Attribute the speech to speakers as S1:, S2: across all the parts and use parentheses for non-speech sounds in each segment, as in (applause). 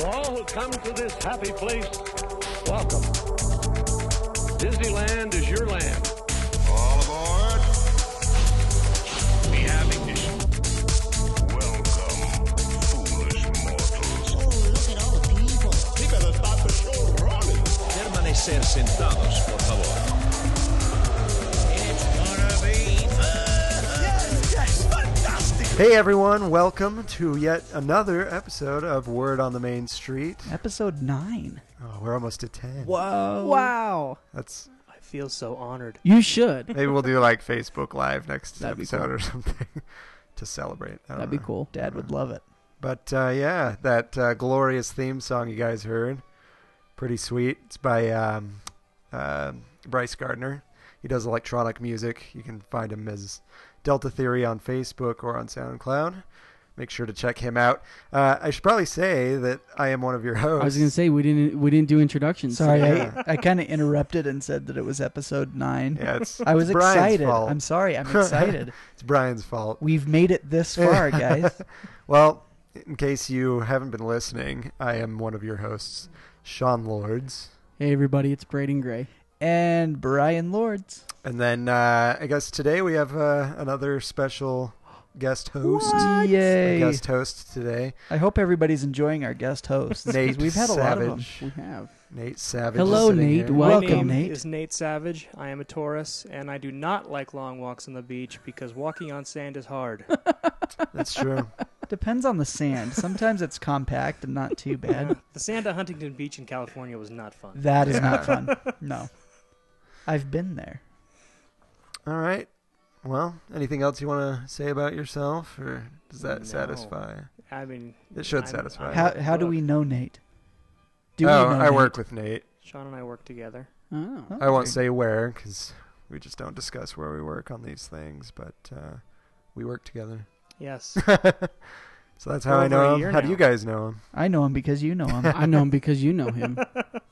S1: come to this happy place, welcome. Disneyland is your land.
S2: All aboard. We have ignition. Welcome, foolish mortals.
S3: Oh, look at all the people.
S4: Permanecer sentados, por favor.
S5: Hey everyone, welcome to yet another episode of Word on the Main Street.
S6: Episode nine.
S5: Oh, we're almost at 10.
S6: Whoa.
S7: Wow.
S5: That's
S8: I feel so honored.
S6: You should.
S5: maybe we'll do like Facebook Live next
S6: That'd be
S5: episode
S6: cool.
S5: or (laughs) something to celebrate. I don't
S6: That'd be
S5: know.
S6: cool. Dad would love it.
S5: But uh, yeah, that uh, glorious theme song you guys heard, pretty sweet. It's by um, uh, Bryce Gardner. He does electronic music. You can find him as Delta Theory on Facebook or on SoundCloud. Make sure to check him out. Uh, I should probably say that I am one of your hosts.
S9: I was gonna say we didn't we didn't do
S6: (laughs)
S9: introductions.
S6: Sorry,
S5: Yeah.
S6: I, I kind of interrupted and said that it was episode nine.
S5: Yeah, it's,
S6: I was
S5: it's Brian's
S6: excited.
S5: Fault.
S6: I'm sorry.
S5: (laughs)
S6: I'm excited.
S5: It's Brian's fault.
S6: We've made it
S5: (laughs)
S6: this far, guys.
S5: Well, in case you haven't been listening, I am one of your hosts, Sean Lords.
S9: Hey everybody, it's Braden Gray.
S6: And Brian Lords.
S5: And then uh, I guess today we have uh, another special guest host. A
S6: Yay.
S5: guest host today,
S6: I hope everybody's enjoying our guest hosts. 'cause
S5: Nate
S6: We've had a lot of them.
S5: Savage.
S9: We have.
S5: Nate Savage.
S9: Hello,
S5: is sitting
S9: Nate.
S5: here.
S9: Wha- Welcome,
S8: My name
S6: Nate.
S8: is Nate Savage. I am a Taurus, and I do not like long walks on the beach because walking on sand is hard.
S5: That's
S6: (laughs)
S5: true.
S6: Depends on the sand. Sometimes it's compact and not too bad.
S8: (laughs) the sand at Huntington Beach in California was not fun.
S6: That is
S5: (laughs)
S6: not fun. No. I've been there.
S5: All right. Well, anything else you want to say about yourself, or does that
S8: No.
S5: satisfy?
S8: I mean,
S5: It should
S8: I'm-
S5: satisfy.
S8: I'm-
S6: How, how do
S8: look,
S6: we know Nate?
S5: oh,
S6: we know
S5: I
S6: Nate?
S5: work with Nate.
S8: Sean and I work together.
S9: Oh.
S5: I won't say where because we just don't discuss where we work on these things, but uh, we work together. (laughs)
S8: Yes.
S5: so that's how
S8: For
S5: I
S8: over
S5: know
S8: a
S5: him.
S8: year
S5: How do you
S8: now.
S5: guys know him?
S6: I know him because you know
S5: (laughs)
S6: him.
S9: I know him because you know him.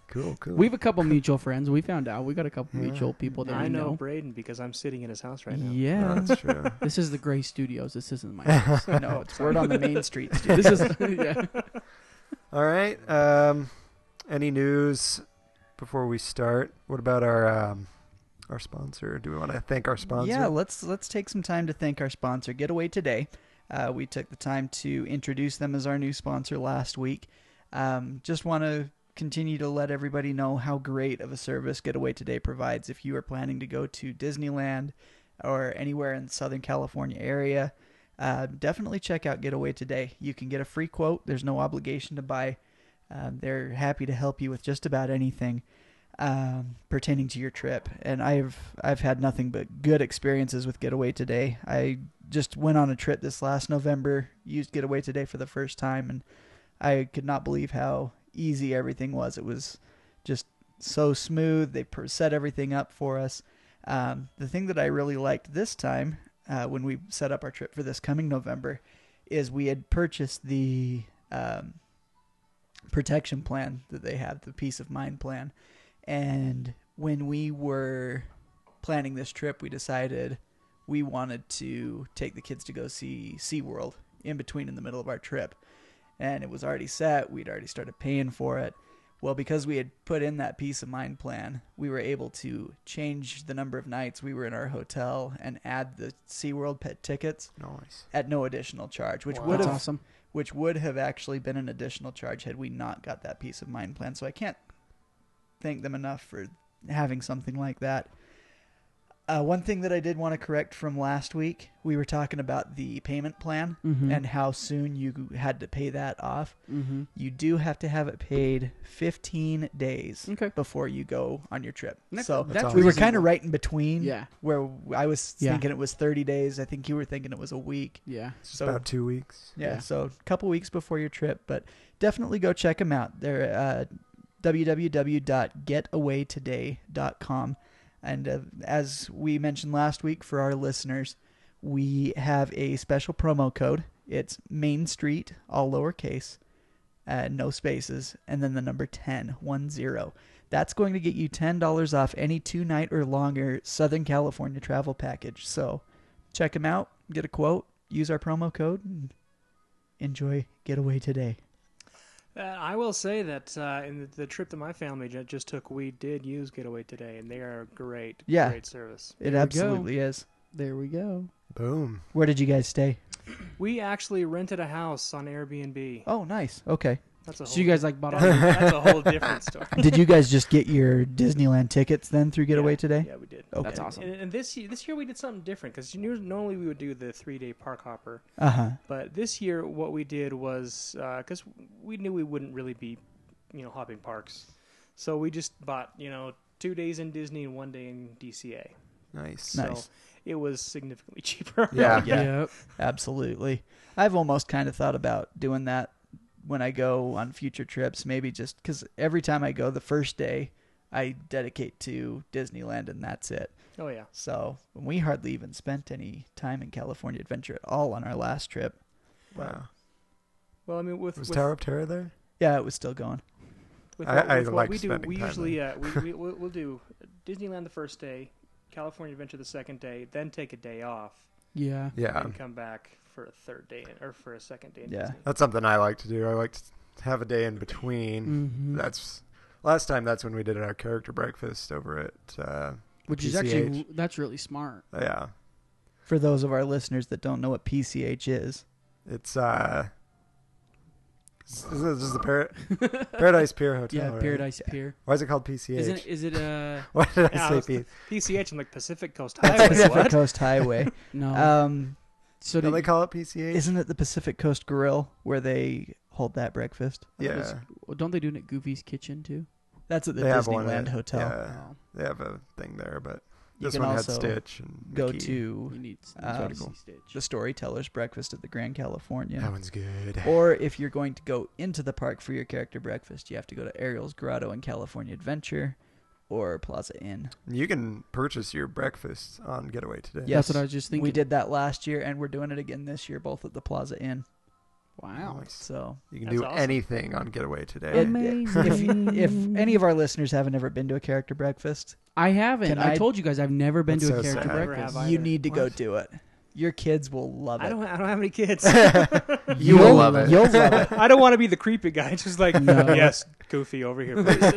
S5: Cool, cool.
S9: We have a couple mutual friends. We found out we got a couple
S5: Yeah.
S9: mutual people that
S8: I
S9: we
S8: know
S9: know.
S8: Braden because I'm sitting in his house right now.
S9: Yeah.
S5: No, Oh, that's true.
S9: (laughs) This is the Gray Studios. This
S5: (laughs)
S9: isn't my house.
S6: no, it's word on the main street.
S9: this is (laughs) yeah.
S5: All right. Um, any news before we start? What about our um, our sponsor? Do we want to thank our sponsor?
S6: Yeah, let's let's take some time to thank our sponsor, Getaway Today. Uh, we took the time to introduce them as our new sponsor last week. Um, just want to continue to let everybody know how great of a service Getaway Today provides. If you are planning to go to Disneyland or anywhere in the Southern California area, uh, definitely check out Getaway Today. You can get a free quote. There's no obligation to buy. Um, they're happy to help you with just about anything um, pertaining to your trip, and I've I've had nothing but good experiences with Getaway Today. I just went on a trip this last November, used Getaway Today for the first time, and I could not believe how easy everything was. It was just so smooth. They per- set everything up for us. Um, the thing that I really liked this time, uh, when we set up our trip for this coming November, is we had purchased the um, protection plan that they have, the peace of mind plan. And when we were planning this trip, we decided we wanted to take the kids to go see SeaWorld in between in the middle of our trip. And it was already set, we'd already started paying for it. Well, because we had put in that peace of mind plan, we were able to change the number of nights we were in our hotel and add the SeaWorld pet tickets
S5: Nice.
S6: at no additional charge, which would
S9: That's
S6: have
S9: awesome.
S6: which would have actually been an additional charge had we not got that peace of mind plan. So I can't thank them enough for having something like that. Uh, one thing that I did want to correct from last week, we were talking about the payment plan and how soon you had to pay that off.
S9: Mm-hmm.
S6: You do have to have it paid 15 days
S9: Okay.
S6: before you go on your trip.
S9: That's-
S6: so
S9: that's
S6: we were
S9: reasonable.
S6: kind of right in between
S9: Yeah.
S6: where I was
S9: Yeah.
S6: thinking it was 30 days. I think you were thinking it was a week.
S9: Yeah.
S5: It's
S6: So-
S5: about two weeks.
S6: Yeah,
S9: Yeah.
S6: so a couple weeks before your trip, but definitely go check them out. They're uh, www.getawaytoday.com. And uh, as we mentioned last week for our listeners, we have a special promo code. It's Main Street, all lowercase, uh, no spaces, and then the number 10, 10. That's going to get you $10 off any two night or longer Southern California travel package. So check them out, get a quote, use our promo code, and enjoy Getaway Today.
S8: Uh, I will say that uh, in the, the trip that my family ju- just took, we did use Getaway today, and they are great.
S6: Yeah.
S8: Great service.
S6: It
S9: go.
S6: absolutely is.
S9: There we go.
S5: Boom.
S6: Where did you guys stay?
S8: We actually rented a house on Airbnb.
S6: Oh, nice. Okay.
S8: That's a whole,
S9: So you guys like bought
S8: that's,
S9: all
S8: that's a whole different story.
S6: (laughs) did you guys just get your Disneyland tickets then through Getaway
S8: Yeah,
S6: today?
S8: Yeah, we did.
S6: Okay.
S9: That's awesome.
S8: And, and this year, this year we did something different because normally we would do the three day park hopper,
S6: Uh huh.
S8: but this year what we did was because we knew we wouldn't really be, you know, hopping parks, so we just bought you know two days in Disney and one day in DCA.
S5: Nice.
S6: Nice.
S8: So it was significantly (laughs) cheaper.
S5: Yeah.
S6: Yeah.
S9: Yep.
S6: Absolutely. I've almost kind of thought about doing that when I go on future trips, maybe just because every time I go the first day, I dedicate to Disneyland and that's it.
S8: oh yeah.
S6: So we hardly even spent any time in California Adventure at all on our last trip.
S5: Wow.
S8: Well, I mean, with
S5: Was
S8: with,
S5: Tower of Terror there?
S6: Yeah, it was still going.
S8: with
S5: I-
S8: what,
S5: I
S8: with what
S5: like
S8: we do,
S5: spending
S8: we
S5: time
S8: usually uh, we,
S5: (laughs)
S8: we we'll, we'll do Disneyland the first day, California Adventure the second day, then take a day off.
S9: Yeah.
S5: Yeah.
S8: and come back for a third day in- or for a second day. In
S6: Yeah.
S8: Disney.
S5: That's something I like to do. I like to have a day in between.
S9: Mm-hmm.
S5: That's last time. That's when we did our character breakfast over at. Uh,
S9: Which is
S5: PCH.
S9: actually that's really smart.
S5: yeah,
S6: For those of our listeners that don't know what PCH is,
S5: it's uh, this is this is the Par- Paradise Pier Hotel.
S9: Yeah,
S5: right?
S9: Paradise Pier.
S5: Why is it called PCH?
S9: Isn't it, is it uh
S5: (laughs) Why did I
S8: Yeah,
S5: say
S8: I was-
S5: P?
S8: PCH and like Pacific (laughs) Coast Highway.
S6: Pacific
S8: what?
S6: Coast Highway.
S9: no?
S6: Um,
S9: so
S5: Don't
S9: did,
S5: they call it PCH?
S6: isn't it the Pacific Coast Grill where they hold that breakfast?
S5: yeah,
S9: was- don't they do it at Goofy's Kitchen too?
S6: That's at the
S5: they have one.
S6: Disneyland
S5: at-
S6: Hotel.
S5: Yeah,
S9: Oh,
S5: they have a thing there, but
S6: You
S5: this
S6: can
S5: one had
S6: also
S5: Stitch and
S6: Go
S5: Mickey.
S6: to
S9: you need Oh, some
S6: Um,
S9: fancy stitch.
S6: the Storyteller's Breakfast at the Grand
S5: That
S6: California.
S5: one's good.
S6: Or if you're going to go into the park for your character breakfast, you have to go to Ariel's Grotto and California Adventure or Plaza Inn.
S5: You can purchase your breakfast on Getaway today.
S9: That's
S6: Yes.
S9: what I was just thinking.
S6: We did that last year and we're doing it again this year, both at the Plaza Inn.
S9: Wow.
S5: Nice.
S6: So
S5: You can
S8: That's
S5: do
S8: awesome.
S5: anything on Getaway today.
S6: It- if, if any of our listeners haven't ever been to a character breakfast,
S9: I haven't.
S6: Can
S9: I,
S6: I-
S9: told you guys I've never been
S5: That's
S9: to
S5: so
S9: a character
S5: sad.
S8: Never
S9: breakfast.
S8: have
S6: you
S8: Either.
S6: need to go
S5: What?
S6: do it. Your kids will love it.
S8: I don't. I don't have any (laughs) kids.
S5: You will love it. (laughs)
S6: You'll love it.
S8: I don't want to be the creepy guy. (laughs) It's Just like
S9: No.
S8: yes, Goofy over here. please."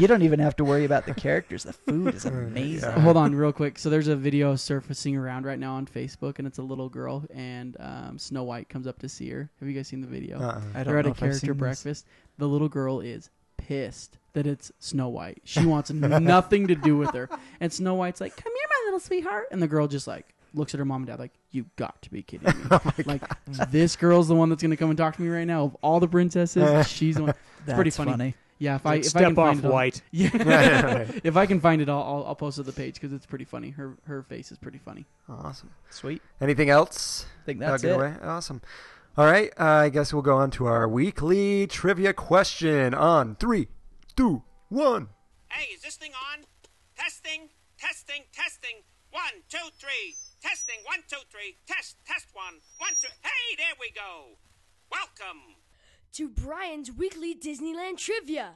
S6: You don't even have to worry about the characters. The food (laughs) is amazing.
S5: Yeah.
S9: Hold on, real quick. So there's a video surfacing around right now on Facebook, and it's a little girl, and um, Snow White comes up to see her. Have you guys seen the video?
S5: Uh-uh.
S6: Uh, (laughs)
S5: (laughs)
S6: I don't
S9: They're at
S6: know
S9: a
S6: if I've seen
S9: character
S6: this.
S9: breakfast. The little girl is pissed that it's Snow White.
S6: (laughs)
S9: She wants nothing to do with her. And Snow White's like, "Come here, my little sweetheart," and the girl just like looks at her mom and dad like, "You got to be kidding me!"
S5: Oh
S9: (laughs)
S6: (laughs)
S9: like
S6: Mm.
S9: this girl's the one that's gonna come and talk to me right now. Of all the
S6: (laughs)
S9: princesses, she's the one.
S6: That's
S9: pretty funny. Yeah, if I if I
S8: Step
S9: can
S8: off,
S9: find it, I'll-
S8: White.
S9: (laughs)
S6: (laughs)
S9: Yeah, if I can find it, I'll I'll, I'll post it to the page because it's pretty funny. Her her face is pretty funny.
S5: Awesome.
S6: Sweet.
S5: Anything else?
S6: I think
S5: That'll
S6: that's
S5: get
S6: it.
S5: away. Awesome. All right. Uh, I guess we'll go on to our weekly trivia question on three, two, one.
S3: Hey, is this thing on? Testing, testing, testing. One, two, three. Testing, one, two, three. Test, test one. One, two. Hey, there we go. Welcome.
S7: to Brian's weekly Disneyland trivia.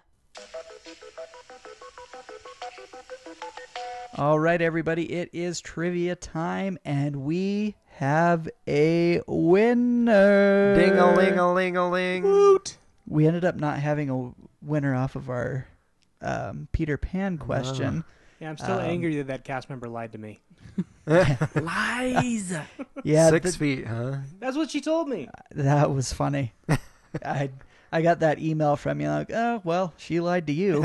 S6: All right, everybody. It is trivia time, and we have a winner.
S5: Ding a ling a ling a ling.
S8: Boot.
S6: We ended up not having a winner off of our um, Peter
S5: (laughs)
S6: Pan question.
S8: Yeah, I'm still
S6: Um,
S8: angry that that cast member lied to me.
S9: Lies.
S6: Yeah,
S5: Six
S6: th-
S5: feet, huh?
S8: That's what she told me.
S6: that was funny. I I got that email from you. Like, oh well, she lied to you.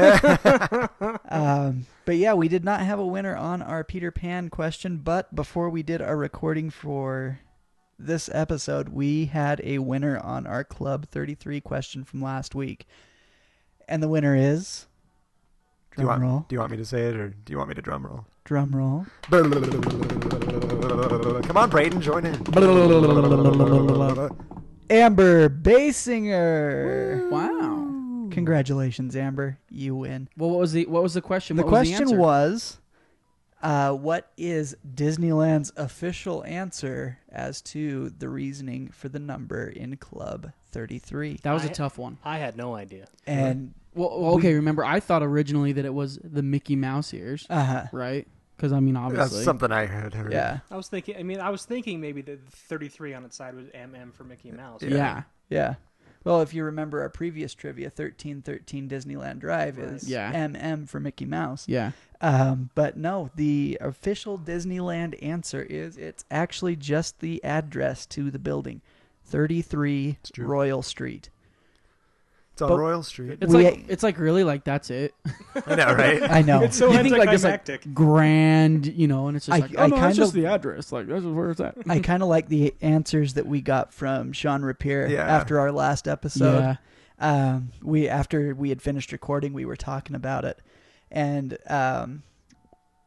S6: um, but yeah, we did not have a winner on our Peter Pan question. But before we did our recording for this episode, we had a winner on our Club 33 question from last week. And the winner is.
S5: Do you, want,
S6: Drum roll.
S5: do you want me to say it or do you want me to drum roll?
S6: Drum roll.
S5: Come on, Brayden, join in.
S6: Amber Basinger.
S9: Wow.
S6: Congratulations, Amber. You win.
S9: Well, what was the what was the question?
S6: The
S9: What was
S6: question
S9: answer?
S6: was, uh, what is Disneyland's official answer as to the reasoning for the number in Club 33?
S9: that was a
S8: I-
S9: tough one.
S8: I had no idea.
S6: And
S9: Well, well, okay. remember, I thought originally that it was the Mickey Mouse ears,
S6: uh,
S9: right? Because I mean,
S5: That's
S9: obviously,
S5: something I had heard.
S6: yeah,
S8: I was thinking. I mean, I was thinking maybe the 33 on its side was MM for Mickey Mouse.
S9: yeah.
S6: yeah. Well, if you remember our previous trivia, 1313 Disneyland Drive is
S9: Yeah.
S6: MM for Mickey Mouse.
S9: Yeah.
S6: Um, but no, the official Disneyland answer is it's actually just the address to the building, 33
S5: true.
S6: Royal
S9: (laughs)
S6: Street.
S5: It's on
S6: But-
S5: Royal Street.
S9: It's
S6: We-
S9: like it's like really like that's it.
S5: I
S6: (laughs)
S5: know, right?
S6: I know.
S8: It's so
S9: You think (laughs) like this like
S8: anticlimactic.
S9: grand, you know, and it's just
S6: I-
S9: like
S6: I
S9: oh no,
S6: kind
S9: that's just
S6: of-
S9: the address. Like that's just
S6: (laughs)
S9: where it's at.
S6: I kind of like the answers that we got from Sean Repair
S5: Yeah.
S6: after our last episode.
S9: Yeah.
S6: Um, we after we had finished recording, we were talking about it, and um,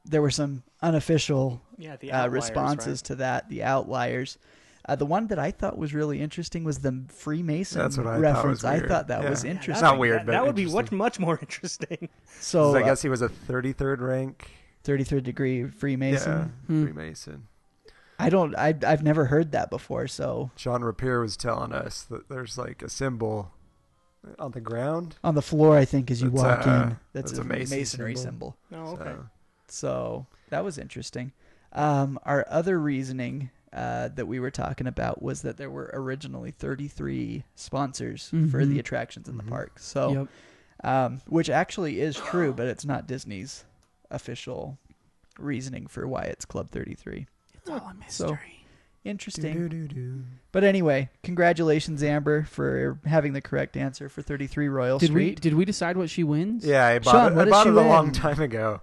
S6: there were some unofficial
S8: Yeah, the
S6: uh,
S8: outliers,
S6: responses
S8: right?
S6: to that. The outliers. Uh, the one that I thought was really interesting was the Freemason
S5: That's what I thought
S6: reference.
S5: was
S6: I
S5: weird.
S6: thought that
S5: Yeah.
S6: was
S5: Yeah,
S8: Yeah,
S6: interesting.
S5: It's
S8: that-
S5: not weird,
S8: that,
S5: but
S8: that would be much,
S5: interesting.
S8: much more (laughs) interesting.
S6: So
S5: I
S6: uh,
S5: guess he was a 33rd rank.
S6: 33rd degree Freemason.
S5: Yeah,
S6: Hmm.
S5: Freemason.
S6: I don't. I, I've never heard that before. So
S5: Sean Rapier was telling us that there's like a symbol on the ground.
S6: on the floor, I think as you
S5: That's,
S6: walk
S5: uh,
S6: in, that's, a,
S5: Mason
S6: masonry
S5: symbol.
S6: symbol.
S8: No, Oh, okay.
S5: So,
S6: So that was interesting. Um, our other reasoning uh, that we were talking about was that there were originally 33 sponsors for the attractions in the park. So,
S9: Mm-hmm. Yep.
S6: um, which actually is true, but it's not Disney's official reasoning for why it's Club 33.
S9: It's all a mystery.
S6: Interesting.
S5: doo-doo-doo-doo.
S6: But anyway, congratulations, Amber, for having the correct answer for 33 Royal
S9: did we
S6: Street.
S9: did we decide what she wins?
S5: Yeah, I bought
S6: Sean,
S5: it,
S6: what
S5: I
S6: does
S5: bought
S6: she
S5: it a long
S6: win?
S5: time ago.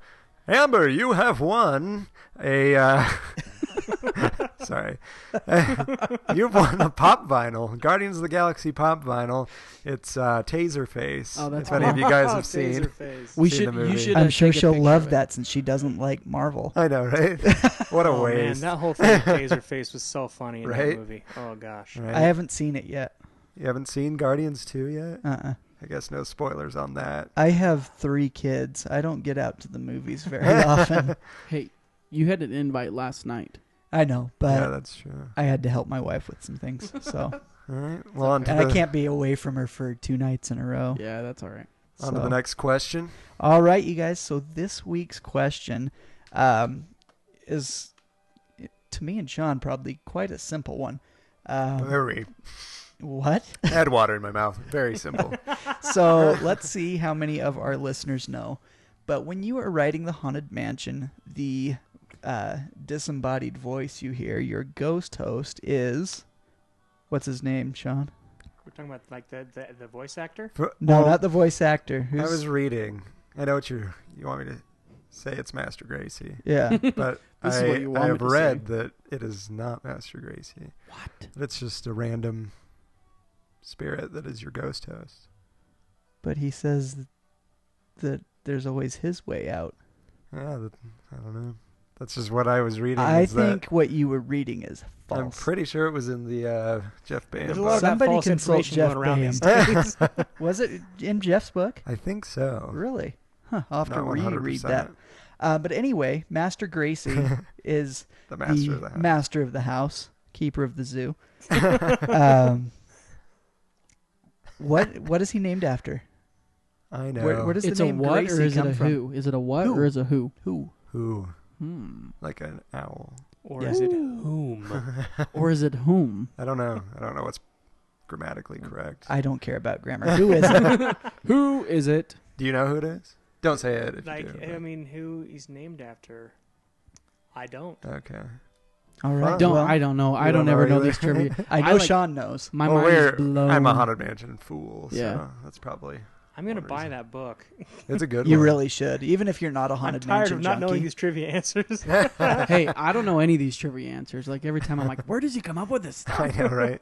S5: Amber, you have won a. Uh, (laughs) sorry. (laughs) You've won a pop vinyl, Guardians of the Galaxy pop vinyl. It's uh, Taser Face.
S9: Oh, that's
S5: if any of you
S8: (laughs)
S5: guys have
S8: Taser
S5: seen.
S8: phase.
S9: We
S5: Seen
S9: should.
S5: the
S9: You
S5: movie.
S9: should. uh,
S6: I'm sure
S9: take a
S6: she'll
S9: picture
S6: love
S9: of it.
S6: that since she doesn't like Marvel.
S5: I know, right?
S6: (laughs)
S5: What a
S8: Oh man,
S5: waste.
S8: that whole thing with Taser Face was so funny in
S5: Right?
S8: that movie. Oh gosh.
S5: Right?
S6: I haven't seen it yet.
S5: You haven't seen Guardians 2 yet?
S6: Uh-uh.
S5: I guess no spoilers on that.
S6: I have three kids. I don't get out to the movies very
S5: (laughs)
S6: often.
S9: Hey, you had an invite last night.
S6: I know, but
S5: yeah, that's true.
S6: I had to help my wife with some things.
S5: (laughs)
S6: So,
S5: All right. Well, on to,
S6: and
S5: the,
S6: I can't be away from her for two nights in a row.
S9: Yeah, that's all right.
S5: on to
S6: so.
S5: the next question.
S6: All right, you guys. So this week's question um, is, to me and Sean, probably quite a simple one. Um,
S5: Very.
S6: what?
S5: I had water in my mouth. Very simple. (laughs)
S6: So let's see how many of our listeners know. But when you are writing the haunted mansion, the uh, disembodied voice you hear, your ghost host is what's his name, Sean?
S8: We're talking about like the the, the voice actor.
S5: For-
S6: No,
S5: well,
S6: not the voice actor. Who's,
S5: I was reading. I know what you you want me to say. It's Master Gracie,
S6: (laughs)
S5: (laughs)
S6: yeah.
S5: but
S9: This is
S5: I,
S9: what you want
S5: I
S9: me
S5: have
S9: to
S5: read that it is not Master Gracie.
S9: What?
S5: It's just a random spirit that is your ghost host.
S6: but he says that there's always his way out.
S5: Yeah, that, I don't know. That's just what I was reading.
S6: I
S5: is that-
S6: think what you were reading is false.
S5: I'm pretty sure it was in the uh, Jeff Band.
S8: There's a
S5: (laughs)
S8: lot of that
S6: Somebody
S8: false
S6: consult
S8: information
S6: Jeff
S8: going around these days.
S6: was it in Jeff's
S5: (laughs)
S6: book?
S5: I think so.
S6: Really? Huh. I'll have to
S5: Not
S6: reread
S5: 100%.
S6: that. Uh, but anyway, Master
S5: (laughs)
S6: Gracie is
S5: The master of the house.
S6: master of the house, keeper of
S5: (laughs)
S6: the zoo. um, what what is he named after?
S5: I know.
S6: Where, where does
S9: It's
S6: the
S9: a
S6: name
S9: what
S6: Gracie
S9: or is it
S6: come
S9: a
S6: from?
S9: who? Is it a what
S6: Who?
S9: or is it a who?
S6: Who?
S5: Who?
S9: Hmm.
S5: Like an owl.
S8: or
S6: Yeah.
S8: is it whom?
S9: Or is it whom?
S5: I don't know. I don't know what's grammatically
S9: Hmm.
S5: correct.
S6: I don't care about grammar. Who is it?
S9: Who is it?
S5: do you know who it is? Don't say it. If
S8: like
S5: you do,
S8: I
S5: but-
S8: mean, who he's named after? I don't.
S5: okay.
S6: (laughs) All right.
S9: Don't
S6: well,
S9: I don't know. I
S5: we
S9: don't,
S5: don't
S9: ever
S5: know
S9: know
S5: either.
S9: these trivia.
S6: (laughs) I know
S9: I like-
S6: Sean knows.
S9: My
S5: well,
S9: mind is
S5: we're-
S9: blown.
S5: I'm a haunted mansion fool.
S9: Yeah.
S5: So that's probably.
S8: I'm gonna
S5: What
S8: buy
S5: reason?
S8: that book. (laughs)
S5: It's a
S9: (laughs)
S5: good.
S6: You
S5: one.
S6: really should, even if you're not a
S8: I'm
S6: haunted
S8: tired
S6: mansion
S8: of not
S6: junkie.
S8: knowing these trivia
S6: (laughs)
S9: (laughs)
S8: answers. (laughs)
S9: hey, I don't know any of these trivia answers. Like every time I'm like, where does he come up with this
S5: (laughs)
S6: (laughs)
S9: stuff?
S5: I know, right?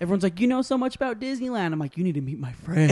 S9: Everyone's like, you know so much about Disneyland. I'm like, you need to meet my
S6: (laughs)
S9: friend.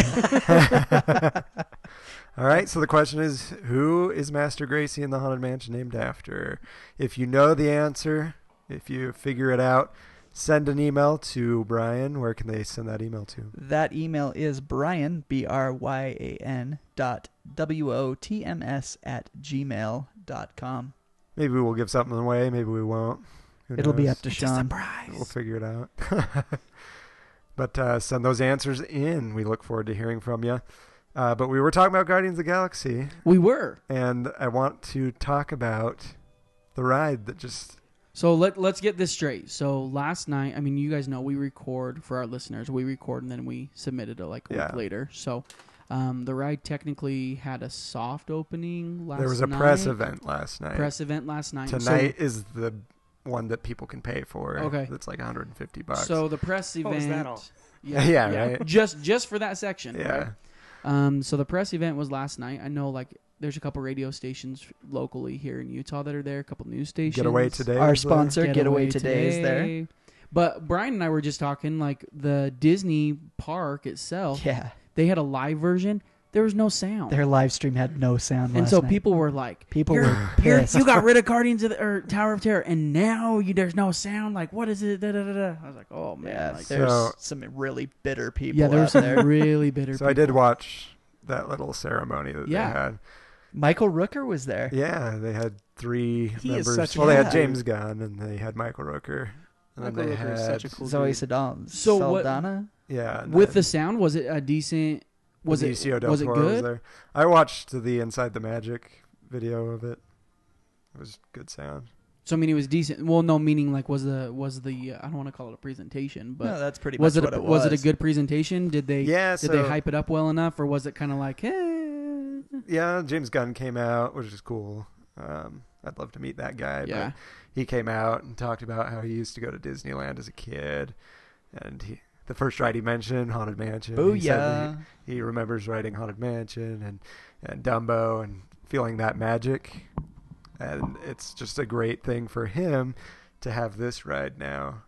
S5: All right. So the question is, who is Master Gracie in the haunted mansion named after? If you know the answer, if you figure it out, send an email to Brian. Where can they send that email to?
S6: That email is Brian B R Y A N dot W O T M S at gmail dot com.
S5: Maybe we'll give something away. Maybe we won't. Who
S6: It'll be
S5: knows?
S6: up to Sean.
S5: We'll figure it out. (laughs) but uh, send those answers in. We look forward to hearing from you. Uh, but we were talking about Guardians of the Galaxy,
S9: we were.
S5: and I want to talk about the ride that just
S9: So let let's get this straight. So last night, I mean, you guys know we record for our listeners. We record and then we submit it uh, like a
S5: Yeah.
S9: week later. So um, the ride technically had a soft opening last.
S5: There was a press
S9: night.
S5: event last night.
S9: Press event last night. So-
S5: Tonight is the one that people can pay for.
S9: Okay.
S5: That's like 150 bucks.
S9: So the press event.
S8: Oh, is that all?
S9: Yeah,
S5: (laughs) Yeah, right?
S9: Just just for that section.
S5: yeah.
S9: right? Um. So the press event was last night. I know, like, there's a couple radio stations locally here in Utah that are there. A couple news stations.
S5: Getaway today.
S6: Our
S5: was there.
S6: sponsor, Getaway, today, is there.
S9: But Brian and I were just talking like the Disney park itself.
S6: Yeah,
S9: They had a live version. There was no sound.
S6: their live stream had no sound.
S9: and
S6: last
S9: so
S6: night.
S9: people were like,
S6: People
S9: "You're-
S6: were (laughs)
S9: you're-
S6: pissed."
S9: You got rid of Guardians of the or Tower of Terror, and now you, there's no sound. Like, what is it? Da, da, da, da. I was like, oh man.
S6: Yeah,
S9: like,
S6: there's
S5: So-
S6: some really bitter people.
S9: yeah, there
S6: out
S9: was some
S6: there.
S9: really bitter.
S5: (laughs) So I did
S9: people.
S5: watch that little ceremony that
S9: Yeah.
S5: they had.
S6: (laughs) Michael Rooker was there.
S5: Yeah, they had three
S8: He is
S5: members.
S8: such a
S5: well, they had
S6: cool
S5: James Gunn and they had Michael Rooker. And then
S8: Michael
S5: they
S8: Rooker
S5: had
S8: is such a cool
S6: Zoe
S8: dude.
S6: Saldana.
S9: So what-
S6: Saldana?
S5: yeah and
S9: with
S5: then
S9: the sound. Was it a decent? Was it
S5: Benicio del
S9: was it
S5: Toro was
S9: good?
S5: there. I watched the Inside the Magic video of it. It was good sound.
S9: So I mean, it was decent. Well, no, meaning like was the was the uh, I don't want to call it a presentation, but
S6: no, that's pretty
S9: was
S6: much
S9: it, a,
S6: what it
S9: was. it a good presentation? Did they
S5: Yeah,
S9: did
S5: so-
S9: they hype it up well enough, or was it kind of like eh?
S5: Yeah, James Gunn came out, which is cool. Um, I'd love to meet that guy.
S9: Yeah.
S5: But he came out and talked about how he used to go to Disneyland as a kid, and he the first ride he mentioned, Haunted Mansion. He said that
S6: Booyah.
S5: He, he remembers riding Haunted Mansion and and Dumbo and feeling that magic, and it's just a great thing for him to have this ride now.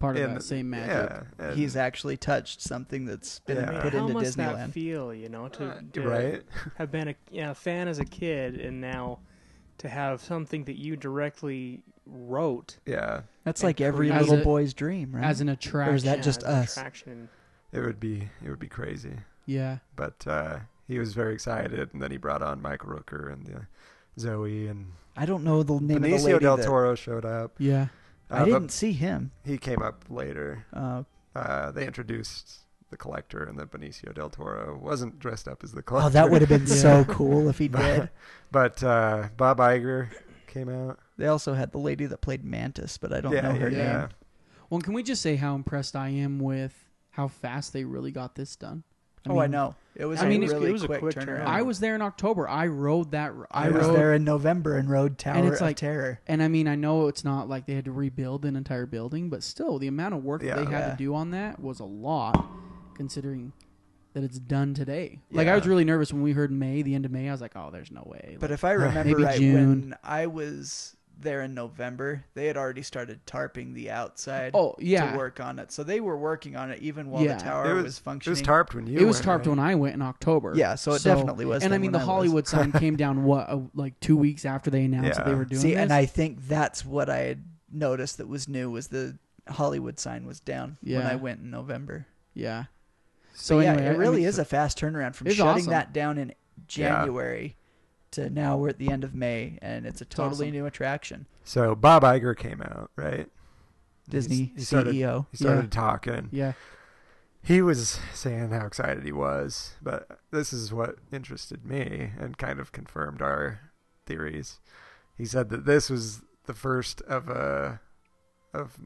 S9: part of
S5: And-
S9: that same magic?
S5: Yeah, and-
S6: He's actually touched something that's been
S5: Yeah.
S6: put
S8: How
S6: into
S8: must that
S6: Disneyland. Uh,
S8: feel, you know, to, to
S5: right.
S8: have been a you know, fan as a kid and now to have something that you directly wrote
S5: Yeah,
S6: that's
S8: and
S6: like every
S9: create-
S6: little
S9: As a-
S6: boy's dream, right?
S9: As an
S6: or is
S9: attraction,
S6: that just
S8: as an
S6: us?
S8: attraction.
S5: it would be it would be crazy.
S9: yeah.
S5: but uh, he was very excited, and then he brought on Michael Rooker and uh, Zoe and
S6: I don't know the name of the
S5: Benicio
S6: lady
S5: del
S6: that-
S5: Toro showed up.
S9: Yeah,
S5: Uh,
S6: I
S5: but
S6: didn't see him.
S5: He came up later.
S6: Uh,
S5: Uh, they introduced the collector, and then Benicio del Toro wasn't dressed up as the collector.
S6: oh, that would
S5: (laughs)
S6: have been
S9: Yeah.
S6: so cool if he did.
S5: but, but uh, Bob Iger came out.
S6: They also had the lady that played Mantis, but I don't
S5: yeah,
S6: know her
S5: yeah,
S6: name.
S5: yeah.
S9: Well, can we just say how impressed I am with how fast they really got this done?
S6: oh, I
S9: mean,
S6: know. It was.
S9: I
S6: a
S9: mean, it-
S6: really
S8: it was a
S6: quick,
S8: quick
S6: turnaround.
S8: turnaround.
S9: I was there in October. I rode that. r- I
S6: I was
S9: rode
S6: there in November and rode Tower
S9: it's
S6: of
S9: like-
S6: Terror.
S9: And I mean, I know it's not like they had to rebuild an entire building, but still, the amount of work
S5: Yeah.
S9: that they had
S6: Yeah.
S9: to do on that was a lot, considering that it's done today. Like I
S5: Yeah.
S9: was really nervous when we heard May, the end of May. I was like, oh, there's no way.
S6: But
S9: Like,
S6: if I remember
S9: (sighs) Maybe
S6: right, when
S9: June.
S6: I was there in November, they had already started tarping the outside.
S9: Oh, yeah.
S6: to work on it. So they were working on it even while
S9: Yeah.
S6: the tower
S5: It
S6: was,
S5: was,
S6: functioning.
S5: It was tarped when you.
S9: it was
S5: went,
S9: tarped
S5: right?
S9: when I went in October.
S6: Yeah, so it definitely was
S9: And I
S6: then
S9: mean,
S6: when
S9: the
S6: I was. (laughs)
S9: Hollywood sign came down what uh, like two weeks after they announced that they
S5: Yeah.
S9: were doing
S6: See,
S9: this.
S6: and I think that's what I had noticed that was new was the Hollywood sign was down when
S9: Yeah.
S6: I went in November.
S9: yeah. So
S6: yeah,
S9: anyway,
S6: it really is a fast turnaround from
S9: It's
S6: shutting
S9: awesome.
S6: that down in January to now we're at the end of May and it's a totally
S9: awesome.
S6: new attraction.
S5: So Bob Iger came out, right?
S6: Disney E
S5: he started-
S6: CEO.
S5: He started talking.
S9: yeah.
S5: he was saying how excited he was, but this is what interested me and kind of confirmed our theories. He said that this was the first of a of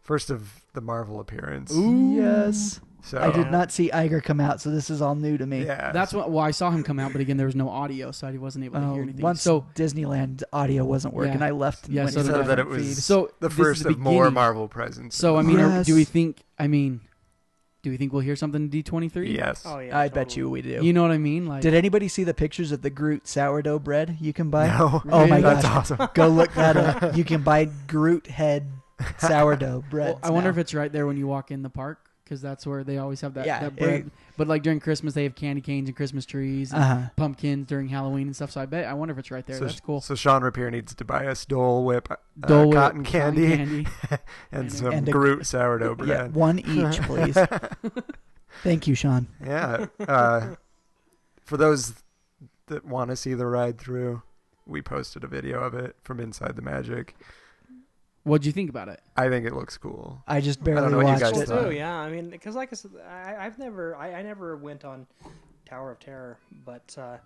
S5: first of the Marvel appearance.
S6: Yes.
S5: so
S6: I did not see Iger come out, so this is all new to me.
S5: Yeah,
S9: That's what. Well, I saw him come out, but again, there was no audio, so I wasn't able to
S6: Oh,
S9: hear anything.
S6: once
S9: so
S6: Disneyland audio wasn't working,
S9: Yeah.
S6: I left and
S9: Yeah,
S6: went
S9: so
S5: he
S6: to
S9: did
S6: a
S5: said that it
S6: different
S5: was
S6: feed.
S9: So,
S5: the
S9: this is the
S5: first of more
S9: beginning.
S5: Marvel presence.
S9: So I mean, are-
S6: Yes.
S9: do we think? I mean, do we think we'll hear something in D twenty three?
S5: yes,
S8: Oh yeah,
S6: I bet
S8: totally.
S6: you we do.
S9: You know what I mean? Like,
S6: Did anybody see the pictures of the Groot sourdough bread you can buy?
S5: (laughs) no,
S6: Oh my
S5: that's
S6: gosh.
S5: (laughs) awesome.
S6: Go look that up.
S5: (laughs)
S6: You can buy Groot head sourdough bread.
S9: Well, I wonder if it's right there when you walk in the park because that's where they always have that,
S6: Yeah,
S9: that
S6: it-
S9: bread. but like during Christmas, they have candy canes and Christmas trees, and
S6: Uh-huh.
S9: pumpkins during Halloween and stuff. So I bet I wonder if it's right there.
S5: So,
S9: that's cool.
S5: So Sean Rapier needs to buy us Dole Whip, uh,
S9: Dole Whip,
S5: cotton candy,
S9: candy.
S5: (laughs) and
S9: And a-
S5: some
S6: and a-
S5: Groot sourdough
S6: yeah,
S5: bread. (laughs)
S6: one each, please. Thank you, Sean.
S5: Yeah. Uh, for those that want to see the ride through, we posted a video of it from Inside the Magic.
S9: What'd you think (laughs) about it?
S5: I think it looks cool.
S6: I just
S5: don't
S6: barely
S5: know what you
S6: watched
S5: guys
S6: it.
S5: thought.
S8: Well, too, Oh, yeah. I mean, because like I said, I, I've never, I, I never went on Tower of Terror, but uh,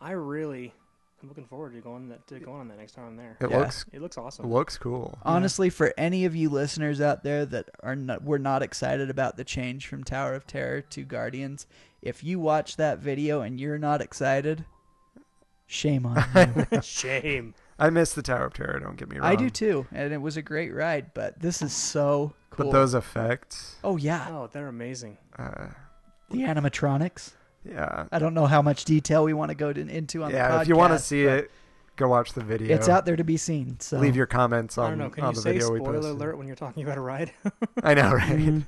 S8: I really I'm looking forward to going that to going on that next time I'm there.
S5: It
S6: Yeah.
S5: looks
S8: It looks awesome.
S5: looks cool.
S6: Honestly, for any of you listeners out there that are not, were not excited about the change from Tower of Terror to Guardians, if you watch that video and you're not excited, shame on
S5: (laughs)
S6: you.
S8: Shame.
S5: I miss the Tower of Terror. Don't get me wrong.
S6: I do too, and it was a great ride, but this is so cool.
S5: But those effects,
S6: oh yeah,
S8: Oh, they're amazing.
S5: uh,
S6: the animatronics.
S5: yeah,
S6: I don't know how much detail we want to go to, into on the podcast.
S5: yeah. If you want to see
S6: but
S5: it, go watch the video.
S6: it's out there to be seen. So
S5: Leave your comments
S8: I
S5: on,
S8: don't know. Can
S5: on
S8: you
S5: the
S8: say
S5: video we
S8: spoiler
S5: posted.
S8: alert when you're talking about a ride?
S5: (laughs) I know, right?
S9: Mm-hmm.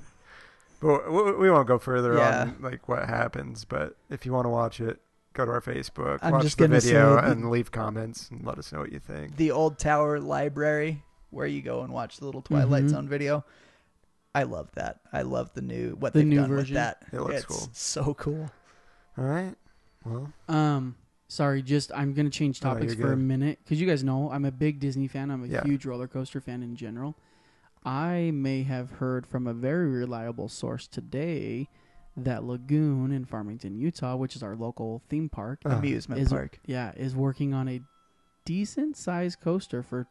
S5: But w- we won't go further
S6: Yeah.
S5: on like what happens. But if you want to watch it, go to our Facebook,
S6: I'm
S5: watch
S6: just
S5: the
S6: gonna
S5: video,
S6: say the-
S5: and leave comments and let us know what you think.
S6: the old tower library where you go and watch the little Twilight
S9: Mm-hmm.
S6: Zone video. I love that. I love the new what
S9: The
S6: they've
S9: new
S6: done
S9: version.
S6: with that.
S5: It looks
S6: it's
S5: cool.
S6: So cool.
S5: All right. Well,
S9: Um, sorry, just I'm gonna change
S5: No,
S9: topics
S5: you're
S9: for a
S5: good.
S9: minute because you guys know I'm a big Disney fan. I'm a
S5: Yeah.
S9: huge roller coaster fan in general. I may have heard from a very reliable source today that Lagoon in Farmington, Utah, which is our local theme park,
S5: uh,
S6: Amusement
S9: is
S6: park.
S9: yeah is working on a decent sized coaster for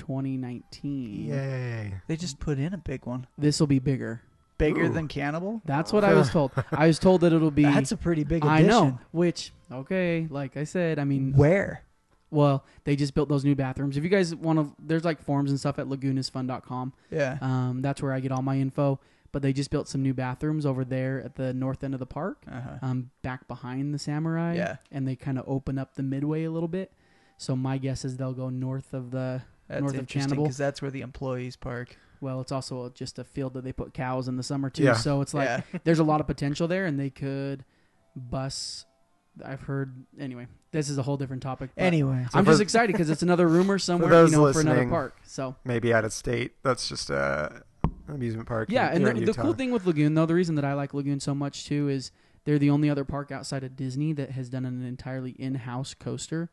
S9: 2019.
S5: yay!
S6: They just put in a big one,
S9: This will be bigger.
S6: bigger than Cannibal.
S9: That's what I was told. I was told that it'll be.
S6: That's a pretty big addition.
S9: I know. Which okay, like I said, I mean
S6: Where?
S9: Well, they just built those new bathrooms. If you guys want to, there's like forms and stuff at lagoonasfun.com.
S6: Yeah.
S9: Um, that's where I get all my info. But they just built some new bathrooms over there at the north end of the park,
S6: Uh-huh.
S9: um, back behind the Samurai.
S6: Yeah.
S9: And they kind of open up the midway a little bit. So my guess is they'll go north of the
S6: That's
S9: north of
S6: interesting
S9: Cannibal.
S6: because that's where the employees park.
S9: Well, it's also just a field that they put cows in the summer too.
S5: Yeah.
S9: So it's like (laughs)
S6: Yeah. (laughs)
S9: there's a lot of potential there, and they could bus. I've heard. Anyway, this is a whole different topic. but-
S6: Anyway,
S9: I'm
S5: for-
S9: just excited because it's
S5: (laughs)
S9: another rumor somewhere,
S5: those
S9: you know, for another
S5: listening-
S9: park. So
S5: Maybe out of state. That's just a amusement park.
S9: yeah, and
S5: here
S9: the,
S5: in
S9: the
S5: Utah.
S9: cool thing with Lagoon, though, the reason that I like Lagoon so much too is they're the only other park outside of Disney that has done an entirely in-house coaster.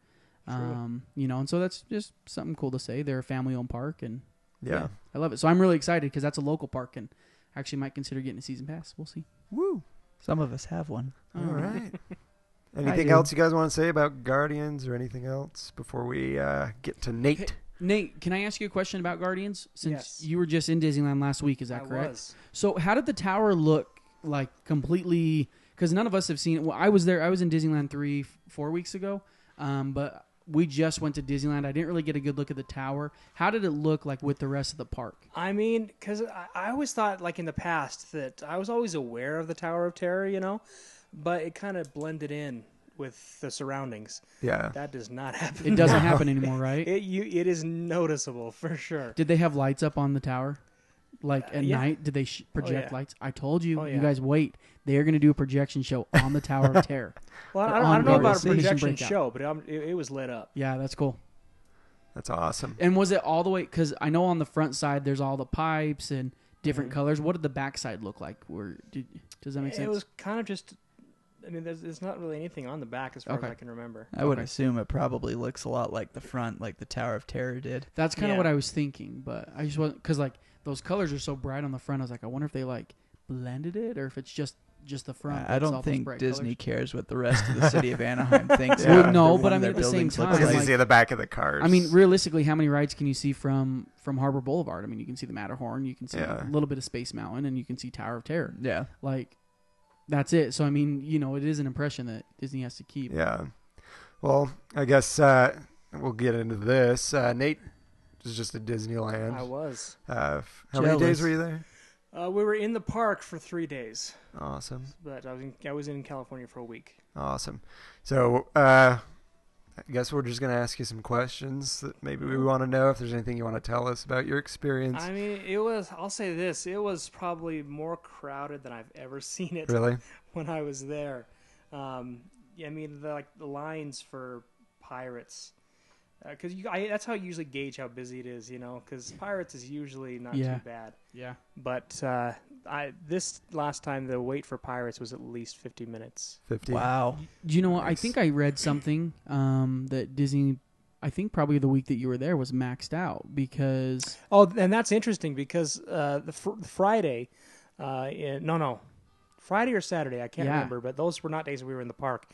S9: Um, you know, and so that's just something cool to say. They're a family-owned park, and
S5: Yeah.
S9: I love it. So I'm really excited because that's a local park, and I actually might consider getting a season pass. We'll see.
S5: Woo.
S6: some of us have one.
S5: All right.
S6: do.
S5: Anything else you guys want to say about Guardians or anything else before we uh, get to Nate?
S9: Nate, can I ask you a question about Guardians? Since
S8: Yes.
S9: you were just in Disneyland last week, is that
S8: I
S9: correct?
S8: was.
S9: So how did the tower look like completely? Because none of us have seen it. Well, I was there. I was in Disneyland three, f- four weeks ago, um, but we just went to Disneyland. I didn't really get a good look at the tower. How did it look like with the rest of the park?
S8: I mean, because I, I always thought, like in the past, that I was always aware of the Tower of Terror, you know, but it kind of blended in with the surroundings.
S5: Yeah.
S8: That does not (laughs) happen.
S9: It doesn't happen anymore, right?
S8: It you it is noticeable for sure.
S9: did they have lights up on the tower? Like at
S8: Uh, yeah. Oh,
S9: night, did they sh- project
S8: yeah.
S9: lights? I told you,
S8: Oh,
S9: you
S8: yeah.
S9: guys wait. They are going to do a projection show on the Tower
S8: (laughs)
S9: of Terror.
S8: Well, I
S9: They're
S8: don't, I
S9: on
S8: don't know
S9: guard.
S8: about a
S9: Station
S8: projection
S9: breakout.
S8: show, but um, it, it was lit up.
S9: Yeah, that's cool.
S5: That's awesome.
S9: And was it all the way? Because I know on the front side there's all the pipes and different colors. What did the back side look like? Where did, does that make
S8: It
S9: sense?
S8: was kind of just. I mean, there's, there's not really anything on the back as far
S9: Okay.
S8: as I can remember.
S6: I would assume it probably looks a lot like the front, like the Tower of Terror did.
S9: That's kind of
S8: Yeah.
S9: what I was thinking, but I just wasn't because like those colors are so bright on the front. I was like, I wonder if they like blended it or if it's just just the front.
S6: I
S9: that's all
S6: don't
S9: those
S6: think
S9: bright
S6: Disney
S9: colors.
S6: cares what the rest
S9: (laughs)
S6: of the city of Anaheim thinks.
S5: Well,
S6: about
S9: no,
S6: the-
S9: but I
S6: one
S9: mean,
S6: their
S9: at the same
S6: buildings look
S9: time,
S5: Because
S6: like.
S5: you see the back of the cars.
S9: I mean, realistically, how many rides can you see from from Harbor Boulevard? I mean, you can see the Matterhorn, you can see
S5: Yeah.
S9: a little bit of Space Mountain, and you can see Tower of Terror.
S6: yeah,
S9: Like, that's it. So I mean, you know, it is an impression that Disney has to keep.
S5: Yeah. Well, I guess uh, we'll get into this. Uh, Nate is just at Disneyland.
S8: I was.
S5: Uh, f- how many
S6: Jealous.
S5: days were you there?
S8: Uh, we were in the park for three days,
S5: Awesome.
S8: but I was in, I was in California for a week.
S5: Awesome. So, uh, I guess we're just going to ask you some questions that maybe we want to know if there's anything you want to tell us about your experience.
S8: I mean, it was. I'll say this: it was probably more crowded than I've ever (laughs) seen it
S5: really?
S8: (laughs) when I was there. Um, yeah, I mean, the, like the lines for pirates, because you I, that's how you usually gauge how busy it is, you know. Because pirates is usually not
S9: Yeah.
S8: too bad,
S9: Yeah.
S8: but uh, I this last time the wait for pirates was at least fifty minutes.
S5: 50.
S6: wow.
S9: Do you know what? I think I read something um, that Disney, I think probably the week that you were there was maxed out because
S8: Oh, and that's interesting because uh, the fr- Friday, uh, in, no, no, Friday or Saturday, I can't
S9: Yeah.
S8: remember, but those were not days we were in the park.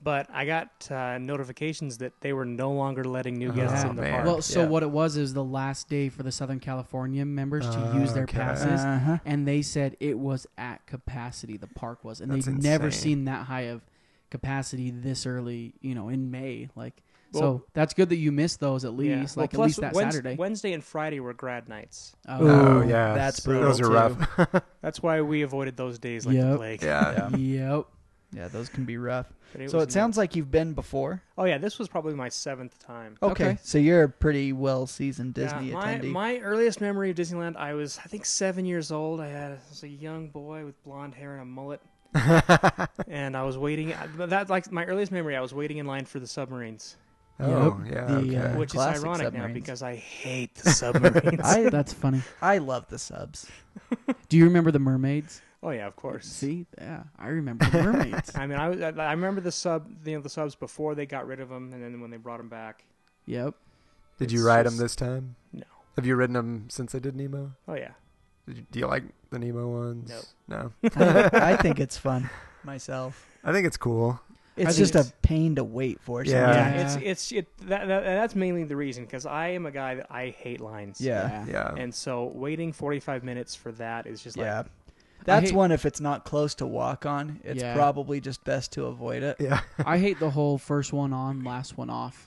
S8: But I got uh, notifications that they were no longer letting new guests
S5: Oh,
S8: in the
S5: man.
S8: park.
S9: Well, so
S5: Yeah.
S9: what it was is the last day for the Southern California members to use their
S5: Okay.
S9: passes,
S6: Uh-huh.
S9: and they said it was at capacity. The park was, and
S5: That's
S9: they'd never
S5: insane.
S9: seen that high of capacity this early. You know, in May, like so.
S8: Well-
S9: That's good that you missed those at
S8: Yeah.
S9: least,
S8: Well,
S9: like at
S8: plus
S9: least that
S8: Wednes-
S9: Saturday.
S8: Wednesday and Friday were grad nights.
S5: Oh
S9: Ooh,
S5: yeah,
S6: that's
S5: those are
S6: brutal,
S5: rough. (laughs)
S9: (laughs)
S8: That's why we avoided those days like
S9: Yep.
S8: the plague.
S5: yeah.
S9: Yep.
S6: Yeah, those can be rough.
S8: But it
S6: so
S8: was
S6: it sounds like you've been before.
S8: Oh yeah, this was probably my seventh time.
S6: Okay,
S9: Okay.
S6: so you're a pretty well seasoned Oh, Disney
S8: yeah, my,
S6: attendee.
S8: my earliest memory of Disneyland, I was I think seven years old. I had I was a young boy with blonde hair and
S6: (laughs)
S8: a mullet, and I was waiting. uh, That like my earliest memory, I was waiting in line for the submarines,
S5: Oh
S9: Yep.
S5: yeah.
S9: The,
S5: okay.
S9: uh,
S8: which is
S6: classic
S8: ironic now
S6: submarines.
S8: because I hate the submarines.
S6: (laughs) I
S9: That's funny.
S6: I love the
S8: (laughs)
S6: subs.
S9: Do you remember the mermaids?
S8: oh yeah, of course.
S9: See, yeah, I remember the
S8: (laughs)
S9: mermaids.
S8: I mean, I, was- I I remember the sub, you know, the subs before they got rid of them, and then when they brought them back.
S9: yep.
S5: Did you
S8: It's
S5: ride
S8: just-
S5: them this time?
S8: No.
S5: Have you ridden them since they did Nemo?
S8: Oh yeah.
S5: Did you, do you like the Nemo ones? No. No.
S6: I, I think it's fun myself.
S5: I think it's cool.
S6: It's
S9: think
S6: just a pain to wait for.
S5: Yeah.
S6: sometimes.
S8: yeah, it's it's it, that, that that's mainly the reason because I am a guy that I hate lines.
S6: Yeah.
S5: Yeah.
S8: and so waiting 45 minutes for that is just like
S6: Yeah. That's
S9: hate-
S6: one if it's not close to walk on, it's
S9: Yeah.
S6: probably just best to avoid it.
S5: yeah.
S9: I hate the whole first one on, last one off.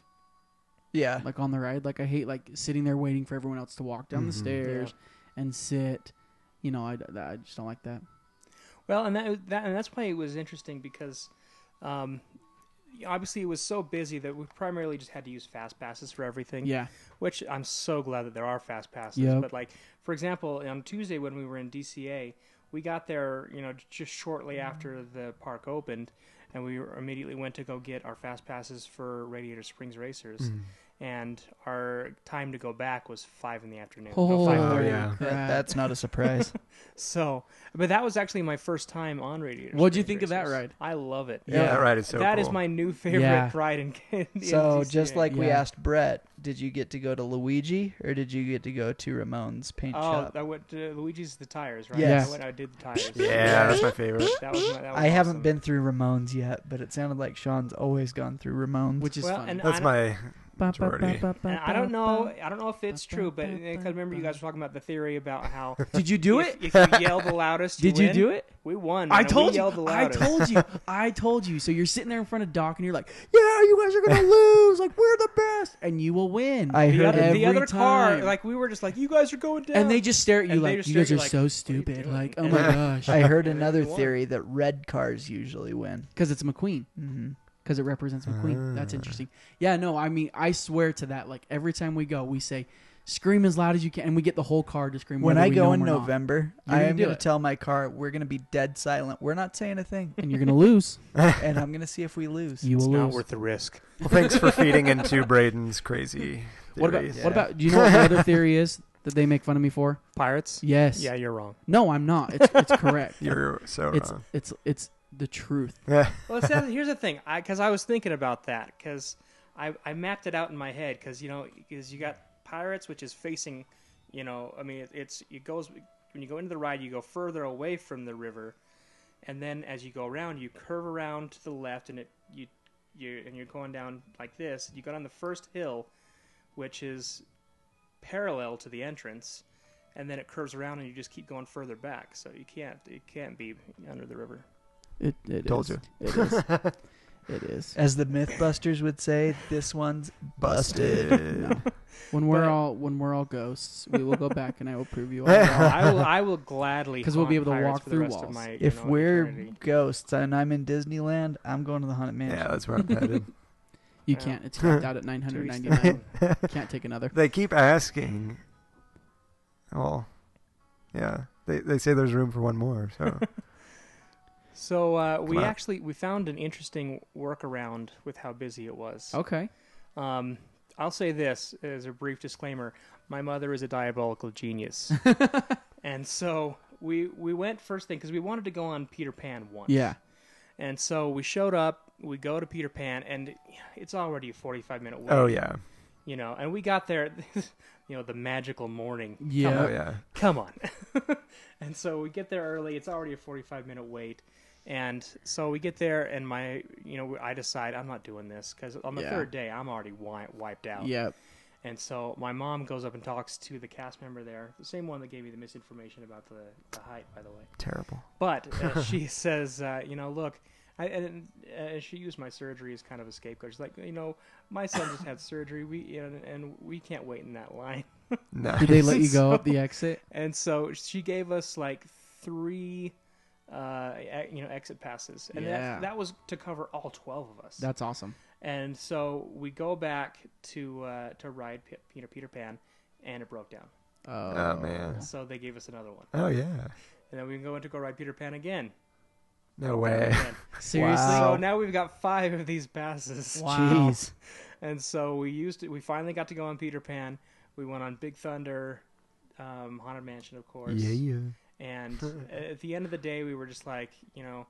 S6: Yeah.
S9: like on the ride. Like I hate like sitting there waiting for everyone else to walk down the stairs and sit. You know, I, I just don't like that.
S8: well and that, that and that's why it was interesting because um obviously it was so busy that we primarily just had to use fast passes for everything
S9: Yeah,
S8: which i'm so glad that there are fast passes
S9: Yep.
S8: but like for example on tuesday when we were in dca we got there you know just shortly after the park opened and we were- immediately went to go get our fast passes for radiator springs racers
S9: Hmm.
S8: and our time to go back was five in the afternoon no,
S9: Oh,
S8: 5:30.
S5: yeah.
S6: That-
S9: Crap.
S6: that's not a
S9: (laughs)
S6: surprise.
S8: So, but that was actually my first time on Radiator.
S9: What'd you
S8: Springs
S9: think of that
S8: Racers.
S9: ride?
S8: I love it.
S5: Yeah, that ride is so
S8: That is
S5: cool.
S8: my new favorite
S9: Yeah.
S8: ride in, in (laughs)
S6: so
S8: DCA.
S6: just like we
S9: Yeah.
S6: asked Brett, did you get to go to Luigi or did you get to go to Ramon's paint
S8: oh,
S6: shop?
S8: I went to Luigi's the tires, right?
S6: Yes.
S8: I went. I did the tires.
S5: Yeah, that's my favorite.
S8: That was. My, that was
S6: I haven't
S8: awesome.
S6: been through Ramon's yet, but it sounded like Sean's always gone through Ramon's.
S9: which is
S8: Well,
S9: funny.
S8: and uh,
S5: That's
S8: I-
S5: my
S9: Ba, ba,
S5: majority.
S9: ba, ba,
S8: And I don't
S9: ba,
S8: know.
S9: ba.
S8: I don't know if it's true, but because remember you guys were talking about the theory about how
S9: (laughs) Did you do
S8: if,
S9: it?
S8: if you yell
S9: (laughs)
S8: the loudest,
S9: Did you
S8: win.
S9: do it?
S8: We won.
S9: I
S8: man. We
S9: told
S8: yelled The
S9: you. I
S8: loudest.
S9: told
S8: (laughs)
S9: you. I told you. So you're sitting there in front of Doc, and you're like, "Yeah, you guys are
S6: (laughs)
S9: gonna lose. Like we're the best, and you will win."
S6: I
S8: The
S6: heard
S8: other,
S6: him.
S8: (laughs) the other
S9: Every
S8: car,
S9: time.
S8: like we were just like, you guys are going down,
S9: and they just stare at you
S8: And they
S9: like,
S8: just
S9: "You
S8: stare
S9: guys
S8: at
S9: are
S8: you like,
S9: so
S8: "What are you
S9: stupid."
S8: doing?"
S9: Like, oh
S8: And-
S9: my gosh,
S6: I
S9: (laughs)
S6: heard another
S8: won.
S6: theory that red cars usually win.
S9: because it's McQueen.
S6: Mhm.
S9: because it represents McQueen. That's interesting. Yeah, no, I mean, I swear to that. Like every time we go, we say, "Scream as loud as you can," and we get the whole car to scream.
S6: When
S9: whether
S6: I
S9: we
S6: go
S9: know
S6: in
S9: them or not.
S6: November,
S9: You're
S6: I
S9: gonna
S6: am
S9: do
S6: going to
S9: it.
S6: tell my car we're going to be dead silent. We're not saying a (laughs) thing,
S9: (laughs) and you're gonna lose,
S6: and I'm going to see if we lose.
S9: you
S8: It's
S9: will
S8: not
S9: lose.
S8: worth the risk.
S5: Well, thanks for feeding
S9: (laughs)
S5: into Braden's crazy
S9: what about
S5: theories.
S9: what about? Do you know what the other theory is that they make fun of me for?
S8: Pirates.
S9: Yes.
S8: Yeah, you're wrong.
S9: No, I'm not. It's, it's correct.
S5: You're uh, so
S9: it's
S5: wrong.
S9: it's it's the truth.
S8: Well, it's that, here's the thing, because I, was thinking about that, because I, I mapped it out in my head, because you know, because you got pirates, which is facing, you know, I mean, it, it's it goes when you go into the ride, you go further away from the river, and then as you go around, you curve around to the left, and it you you and you're going down like this. You go down the first hill, which is parallel to the entrance. And then it curves around, and you just keep going further back. So you can't, it can't be under the river.
S9: It, it
S5: Told
S9: is.
S5: you.
S9: It is. it is.
S6: As the Mythbusters would say, this one's busted.
S5: Busted.
S9: When we're
S8: But-
S9: all when we're all ghosts, we will go back and I will prove you all wrong.
S8: Oh, I will. I will
S9: (laughs)
S8: gladly
S9: 'Cause we'll be
S8: haunt
S9: able to
S8: pirates
S9: walk
S8: for the
S9: through
S8: rest of
S9: walls.
S8: my, you
S6: If
S8: know,
S6: we're
S8: eternity.
S6: ghosts and I'm in Disneyland, I'm going to the Haunted Mansion.
S5: yeah, that's where I'm headed.
S9: You
S8: Yeah.
S9: can't. It's capped out at
S8: To each
S5: (laughs)
S8: (laughs)
S9: 999. can't take another.
S5: They keep asking. Well, yeah. They they say there's room for one more.
S9: (laughs)
S5: So
S8: so uh, we
S5: on.
S8: actually we found an interesting workaround with how busy it was.
S9: Okay. Oh.
S8: Um, I'll say this as a brief disclaimer: my mother is a diabolical
S9: (laughs)
S8: genius, and so we we went first thing because we wanted to go on Peter Pan once.
S9: Yeah.
S8: And so we showed up. We go to Peter Pan, and it's already a forty-five minute wait.
S5: oh yeah,
S8: You know, and we got there. (laughs) You know, the magical morning.
S9: Yeah.
S5: oh yeah.
S8: (laughs) come on. and so we get there early. It's already a 45 minute wait. And so we get there, and my, you know, I decide I'm not doing this because on the
S9: Yeah.
S8: third day I'm already wi- wiped out.
S9: Yep.
S8: And so my mom goes up and talks to the cast member there, the same one that gave me the misinformation about the, the height, by the way.
S5: Terrible.
S8: But uh, she says, uh, you know, look, I, and, and she used my surgery as kind of a scapegoat. She's like, you know, my son just had surgery, we and, and we can't wait in that line. (laughs)
S5: No.
S9: Did they
S5: (laughs)
S9: let you go up the exit?
S8: and so she gave us like three, uh, e- you know, exit passes, and
S9: Yeah.
S8: that, that was to cover all twelve of us.
S9: That's awesome.
S8: And so we go back to uh, to ride Pe- you know Peter Pan, and it broke down.
S9: Oh,
S5: Oh man.
S8: So they gave us another one,
S5: Oh yeah.
S8: and then we can go in to go ride Peter Pan again.
S5: No way.
S8: Again.
S9: seriously?
S8: So now we've got five of these passes.
S9: Wow.
S6: Jeez.
S8: And so we used it. We finally got to go on Peter Pan. We went on Big Thunder, um, Haunted Mansion, of course.
S5: (laughs) Yeah, yeah.
S8: And at the end of the day, we were just like, you know,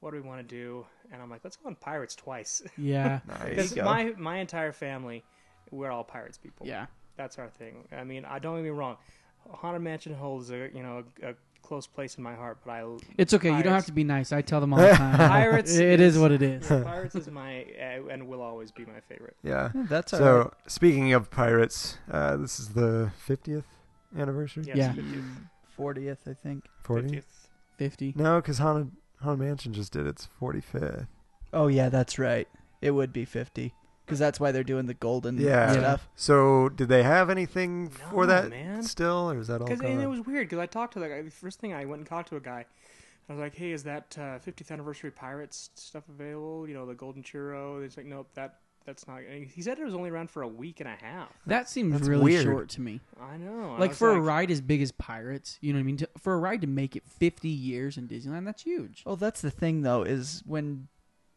S8: what do we want to do? And I'm like, let's go on Pirates twice.
S9: Yeah.
S5: Nice.
S8: (laughs) Because my my entire family, we're all Pirates people.
S9: Yeah.
S8: that's our thing. I mean, I don't get me wrong. Haunted Mansion holds a you know a, a close place in my heart, but I
S9: It's okay. You don't have
S8: Pirates-
S9: to be nice. I tell them all the time.
S8: Pirates
S9: It is what it is.
S8: Yeah, Pirates is my uh, and will always be my favorite.
S5: Yeah.
S6: That's all
S5: So speaking of pirates, uh, this is the 50th anniversary.
S8: Yes,
S9: Yeah.
S8: 50th,
S6: 40th, I think.
S5: 40.
S8: 50th.
S9: 50.
S5: No, because Haunted Haunted Mansion just did its 45th.
S6: Oh yeah, that's right. It would be 50 because that's why they're doing the
S9: Mm,
S6: golden
S5: Yeah.
S6: stuff.
S5: So did they have anything for
S8: No,
S5: that
S8: man.
S5: still, or is that all?
S8: Because and
S5: gone?
S8: it was weird because I talked to that guy. The first thing I went and talked to a guy. I was like, "Hey, is that uh, 50th anniversary Pirates stuff available? You know, the Golden Churro." He's like, "Nope, that that's not." And he said it was only around for a week and a half.
S9: That seems
S5: That's
S9: really
S5: weird.
S9: short to me.
S8: I know. I
S9: Like
S8: was
S9: for a ride as big as Pirates, you know what I mean? To, for a ride to make it 50 years in Disneyland, that's huge.
S6: Oh, that's the thing though is when